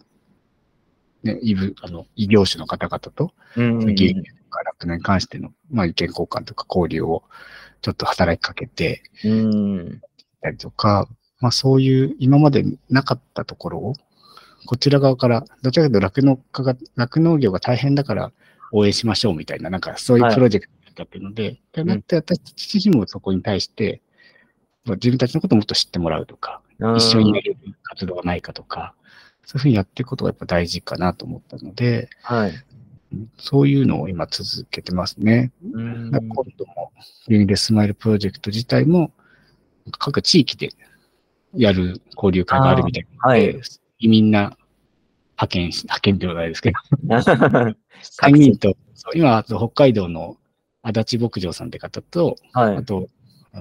Speaker 2: ね、異分あの異業種の方々と、
Speaker 1: うん。
Speaker 2: 牛乳とか酪農に関しての、まあ、意見交換とか交流をちょっと働きかけて
Speaker 1: うん。
Speaker 2: たりとか、まあ、そういう今までなかったところを、こちら側から、どちらかというと酪農家が、酪農業が大変だから応援しましょうみたいな、なんかそうい
Speaker 1: は
Speaker 2: う
Speaker 1: い
Speaker 2: プロジェクトだったので、でなって私たち自身もそこに対して、まあ自分たちのことをもっと知ってもらうとか、一緒になれる活動がないかとか、そういうふうにやっていくことがやっぱ大事かなと思ったので、
Speaker 1: はい。
Speaker 2: うんそういうのを今続けてますね。
Speaker 1: うん
Speaker 2: だから今度も、ユニレスマイルプロジェクト自体も、各地域でやる交流会があるみたい
Speaker 1: は
Speaker 2: なの
Speaker 1: い
Speaker 2: で、。みんな派遣し、派遣ではないですけ
Speaker 1: *laughs*
Speaker 2: ど、
Speaker 1: 各
Speaker 2: 3
Speaker 1: 地
Speaker 2: 人と、そう今、あと北海道の足立牧場さんって方と、
Speaker 1: は
Speaker 2: あ
Speaker 1: い。
Speaker 2: と、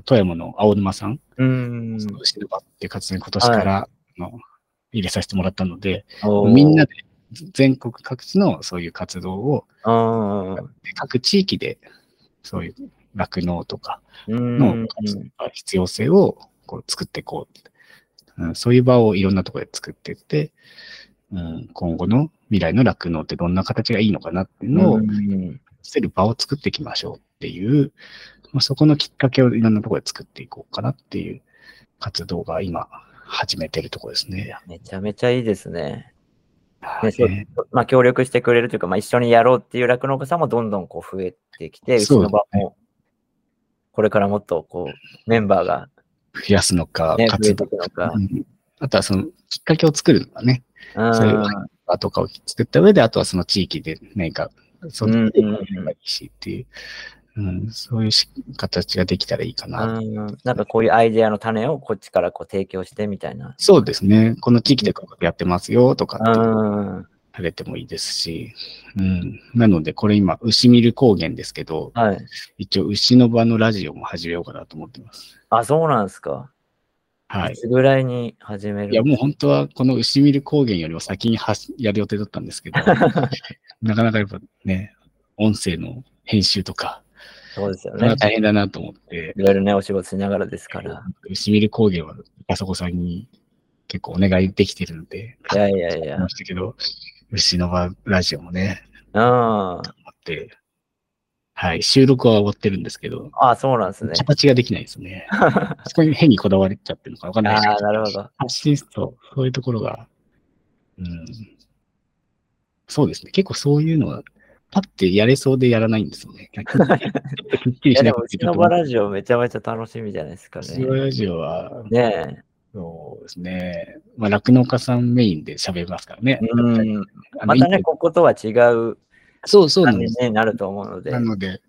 Speaker 2: 富山の青沼さん、
Speaker 1: うん。
Speaker 2: そのシルバーっていう活動に今年から、あの入れさせてもらったので、
Speaker 1: おー
Speaker 2: みんなで全国各地のそういう活動を、
Speaker 1: うん
Speaker 2: 各地域でそういう酪農とか
Speaker 1: う
Speaker 2: の
Speaker 1: ん。
Speaker 2: 活動の必要性をこう作っていこう、うん。そういう場をいろんなところで作っていって、うん、今後の未来の酪農ってどんな形がいいのかなっていうのを
Speaker 1: う、ん
Speaker 2: 捨てる場を作っていきましょうっていう、まあ、そこのきっかけをいろんなところで作っていこうかなっていう活動が今始めてるところですね。
Speaker 1: めちゃめちゃいいですね。
Speaker 2: は
Speaker 1: ね
Speaker 2: い
Speaker 1: そうまあ、協力してくれるというか、まあ、一緒にやろうっていう酪農家さんもどんどんこう増えてきて、うち
Speaker 2: そう
Speaker 1: の
Speaker 2: ですね
Speaker 1: 場も、これからもっとこう、メンバーが、
Speaker 2: 増やすのか、
Speaker 1: ね、増え
Speaker 2: 活
Speaker 1: て
Speaker 2: 動
Speaker 1: いくのか
Speaker 2: う。んあとはそのきっかけを作るのがね、
Speaker 1: うん
Speaker 2: そういう場とかを作った上で、あとはその地域で何か、その地域でやればいいしっていう、うん、そういうし形ができたらいいかな。
Speaker 1: うんなんかこういうアイデアの種をこっちからこう提供してみたいな。
Speaker 2: そうですね。この地域でこういうことやってますよとかっていう
Speaker 1: うん
Speaker 2: されてもいいですし、うん。なので、これ今、牛見る高原ですけど、
Speaker 1: はい。
Speaker 2: 一応、牛の場のラジオも始めようかなと思ってます。
Speaker 1: あ、そうなんですか。
Speaker 2: はい
Speaker 1: い。つぐらいに始める
Speaker 2: いや、もう本当は、この牛見る高原よりも先にはしやる予定だったんですけ
Speaker 1: *laughs*
Speaker 2: ど、なかなかやっぱね、音声の編集とか、
Speaker 1: そうですよ
Speaker 2: なか
Speaker 1: ね
Speaker 2: なか。大変だなと思って、
Speaker 1: いろいろね、お仕事しながらですから。
Speaker 2: 牛見る高原は、あそこさんに結構お願いできてるので、
Speaker 1: いやいやいや。
Speaker 2: ましたけど、牛の場ラジオもね、
Speaker 1: うん。
Speaker 2: あって、はい、収録は終わってるんですけど、
Speaker 1: あ、そうなんですね。
Speaker 2: 形ができないです
Speaker 1: *laughs*
Speaker 2: ね。そこに変にこだわりちゃってるのかわかんない
Speaker 1: あ
Speaker 2: ですけど
Speaker 1: あ、なるほど。
Speaker 2: 発信と、そういうところが、うん。そうですね。結構そういうのは、パッてやれそうでやらないんですよ
Speaker 1: *laughs*
Speaker 2: ね。きっきり
Speaker 1: いや
Speaker 2: し
Speaker 1: で
Speaker 2: な
Speaker 1: も、
Speaker 2: く
Speaker 1: う
Speaker 2: て
Speaker 1: ち
Speaker 2: ちょ
Speaker 1: の
Speaker 2: っと
Speaker 1: バラジオめちゃめちゃ楽しみじゃないですか
Speaker 2: スロー
Speaker 1: ね。
Speaker 2: ラジオは、
Speaker 1: ね
Speaker 2: そうですね。まあ、酪農家さんメインで喋りますからね。
Speaker 1: うん。
Speaker 2: あの
Speaker 1: また
Speaker 2: インタビュ
Speaker 1: ね、
Speaker 2: ー
Speaker 1: こことは違う
Speaker 2: そうそうなん
Speaker 1: 感
Speaker 2: です。
Speaker 1: じになると思うので。
Speaker 2: なので、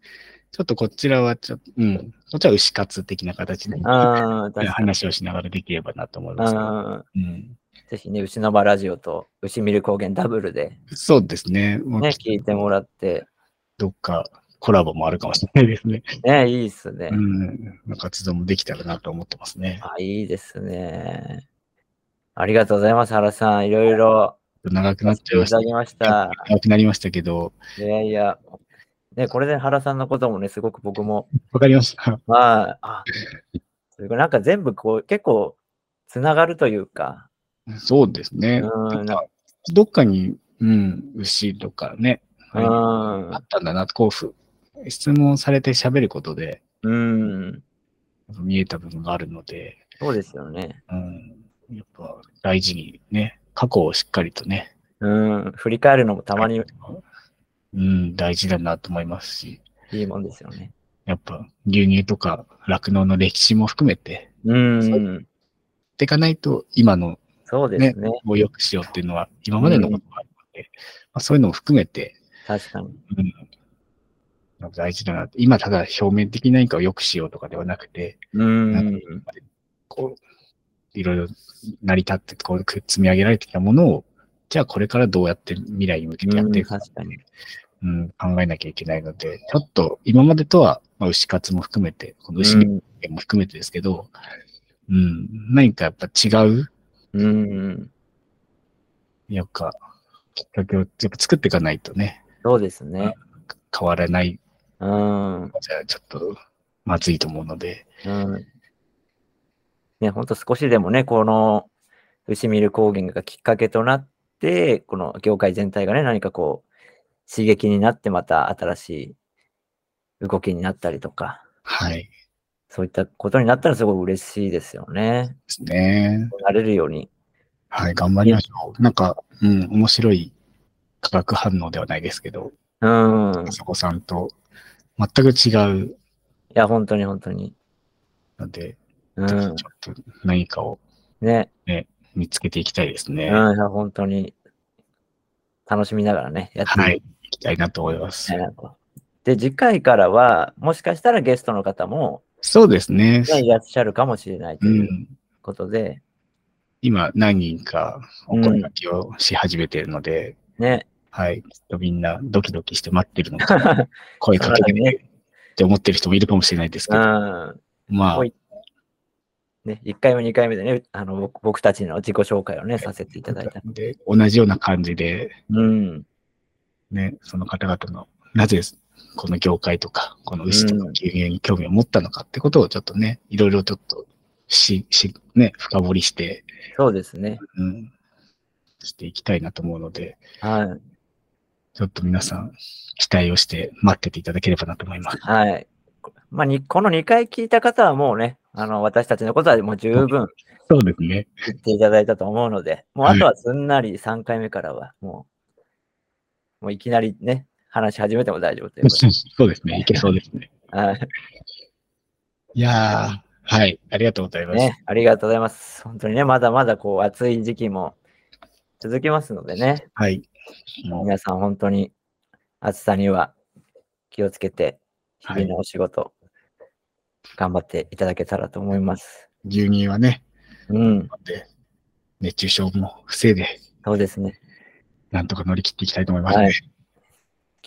Speaker 2: ちょっとこちらはちょっと、うん、こっちらは牛活的な形で
Speaker 1: ああ、確かに。
Speaker 2: 話をしながらできればなと思いますけど。
Speaker 1: あ
Speaker 2: うん、
Speaker 1: ーぜひね、牛の場ラジオと牛ミル高原ダブルで
Speaker 2: そうですね。もう
Speaker 1: ね、聞いてもらって、
Speaker 2: どっかコラボもあるかもしれないですね。
Speaker 1: ね、いいっすね
Speaker 2: う。ん、の活動もできたらなと思ってますね。
Speaker 1: あ、いいですね。ありがとうございます、原さん。いろいろ
Speaker 2: 長く
Speaker 1: 聞
Speaker 2: なっ
Speaker 1: かせ
Speaker 2: ちゃい
Speaker 1: てい
Speaker 2: ました
Speaker 1: だきました。
Speaker 2: た。長くなりましたけど、
Speaker 1: いやいや。ね、これで原さんのこともね、すごく僕も、
Speaker 2: わかりました。
Speaker 1: まあ、あ、すごいなんか全部こう、結構、つながるというか、
Speaker 2: そうですね。
Speaker 1: う
Speaker 2: な
Speaker 1: ん
Speaker 2: んかどっかに、うん、牛とかね、
Speaker 1: う
Speaker 2: あ
Speaker 1: ん、
Speaker 2: ったんだな、こうふ、質問されて喋ることで
Speaker 1: うん、
Speaker 2: 見えた部分があるので、
Speaker 1: そうですよね。
Speaker 2: うん、やっぱ大事にね、過去をしっかりとね、
Speaker 1: うん、振り返るのもたまに
Speaker 2: うん、大事だなと思いますし、
Speaker 1: いいもんですよね。
Speaker 2: やっぱ牛乳とか酪農の歴史も含めて、
Speaker 1: うん、
Speaker 2: っていかないと今の
Speaker 1: そうですね。
Speaker 2: を良くしようっていうのは今までのことがあるので、まあ、そういうのも含めて
Speaker 1: 確かに。
Speaker 2: 大事だなって、今ただ表面的何かを良くしようとかではなくて、
Speaker 1: うん、
Speaker 2: こう、いろいろ成り立って、こう積み上げられてきたものを、じゃあこれからどうやって未来に向けてやっていくか
Speaker 1: うん確かに
Speaker 2: うん、考えなきゃいけないので、ちょっと今までとは、まあ、牛活も含めて、この牛
Speaker 1: うん、
Speaker 2: 肉も含めてですけど、うん、何かやっぱ違う、
Speaker 1: うん、
Speaker 2: やっぱ、きっかけをやっぱ作っていかないとね、
Speaker 1: そうですね。
Speaker 2: 変わらない
Speaker 1: うん、うん。
Speaker 2: じゃちょっとまずいと思うので、
Speaker 1: ね、ほんと少しでもね、この牛見る高原がきっかけとなって、この業界全体がね、何かこう、刺激になって、また新しい動きになったりとか、
Speaker 2: はい。
Speaker 1: そういったことになったらすごい嬉しいですよね。
Speaker 2: ですね。
Speaker 1: なれるように。
Speaker 2: はい、頑張りましょう。なんか、うん、面白い化学反応ではないですけど、
Speaker 1: うん。い
Speaker 2: あさこさんと全く違う
Speaker 1: や、本当に本当に。
Speaker 2: ので、
Speaker 1: う
Speaker 2: ちょ
Speaker 1: ん
Speaker 2: っ。と何かを
Speaker 1: ね。
Speaker 2: 見つけていきたいです
Speaker 1: う
Speaker 2: ね。
Speaker 1: ん、いや本当に。楽しみながらね、やっていきた
Speaker 2: はいい、行きたいなと思います。
Speaker 1: なと。で、次回からは、もしかしたらゲストの方も、
Speaker 2: そうですね。
Speaker 1: ね、いらっしゃるかもしれないと
Speaker 2: う、
Speaker 1: いうんことで、
Speaker 2: 今、何人かお声掛けをし始めているので、
Speaker 1: ね。 *laughs*
Speaker 2: はい、きっとみんなドキドキして待ってるのかな、声かけて
Speaker 1: そうだ
Speaker 2: ねって思ってる人もいるかもしれないですけ
Speaker 1: う
Speaker 2: ど、
Speaker 1: ん。
Speaker 2: まあ
Speaker 1: おい、ね、1回目、2回目でね、あの僕僕たちの自己紹介をね、させていただいた。
Speaker 2: で同じような感じで、
Speaker 1: うん。
Speaker 2: ね、その方々の、なぜこの業界とか、この牛とか
Speaker 1: うん
Speaker 2: 牛乳に興味を持ったのかってことをちょっとね、いろいろちょっとし、し、ね、深掘りして、
Speaker 1: そうですね。
Speaker 2: うん、していきたいなと思うので、
Speaker 1: はい。
Speaker 2: ちょっと皆さん、期待をして待ってていただければなと思います。
Speaker 1: はい。まあ、にこの2回聞いた方はもうね、あの私たちのことはもう十分
Speaker 2: そうですね。
Speaker 1: 言っていただいたと思うので、もうあとはすんなり3回目からは、もう、もういきなりね、話し始めても大丈夫というこ
Speaker 2: そうですね。いけそうですね。
Speaker 1: とで。はい。
Speaker 2: いやー、はい、ありがとうございます。
Speaker 1: ね、ありがとうございます。本当にね、まだまだこう暑い時期も続きますのでね、
Speaker 2: はい。も
Speaker 1: 皆さん本当に暑さには気をつけて、日
Speaker 2: は
Speaker 1: 々
Speaker 2: い、
Speaker 1: のお仕事、頑張っていただけたらと思います。
Speaker 2: 牛乳はね、
Speaker 1: うん、
Speaker 2: で熱中症も防いで、
Speaker 1: そうですね。
Speaker 2: なんとか乗り切っていきたいと思います、
Speaker 1: は
Speaker 2: ね
Speaker 1: い。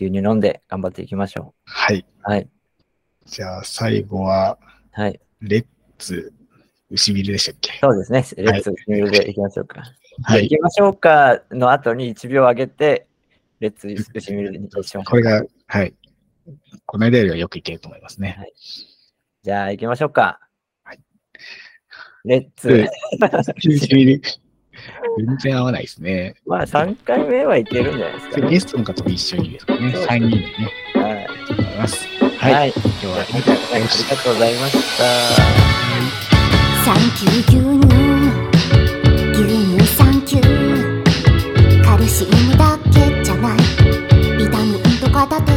Speaker 1: 牛乳飲んで頑張っていきましょ
Speaker 2: はい。
Speaker 1: う。はい。
Speaker 2: じゃあ、最後は、
Speaker 1: はい。
Speaker 2: レッツ、牛ビルでしたっけ
Speaker 1: そうですね。レッツ牛乳でいきましょうか。
Speaker 2: は
Speaker 1: 行
Speaker 2: い。
Speaker 1: きましょうかの後に1秒上げて、レッツ牛ミルにしまし
Speaker 2: こ
Speaker 1: ょう
Speaker 2: れ。が、はい。この間よりはよくいけると思いますね。
Speaker 1: じゃあ行きましょうか。
Speaker 2: はい
Speaker 1: レッツ。
Speaker 2: で牛ビル、全然合わないですね。
Speaker 1: まあ3回目はいけるんじゃないですか、
Speaker 2: でゲストの方と一緒にですかね。
Speaker 1: そう
Speaker 2: 3人でね、
Speaker 1: はい。
Speaker 2: と思います。はい。
Speaker 1: はい。
Speaker 2: 今日はありが
Speaker 1: 今
Speaker 2: とうご
Speaker 1: 回も
Speaker 2: ざ
Speaker 1: あ
Speaker 2: い
Speaker 1: り
Speaker 2: ました。
Speaker 1: がとうございました。
Speaker 3: サンキュー牛乳牛乳サンキューカルシウムだけじゃないビタミンとかだって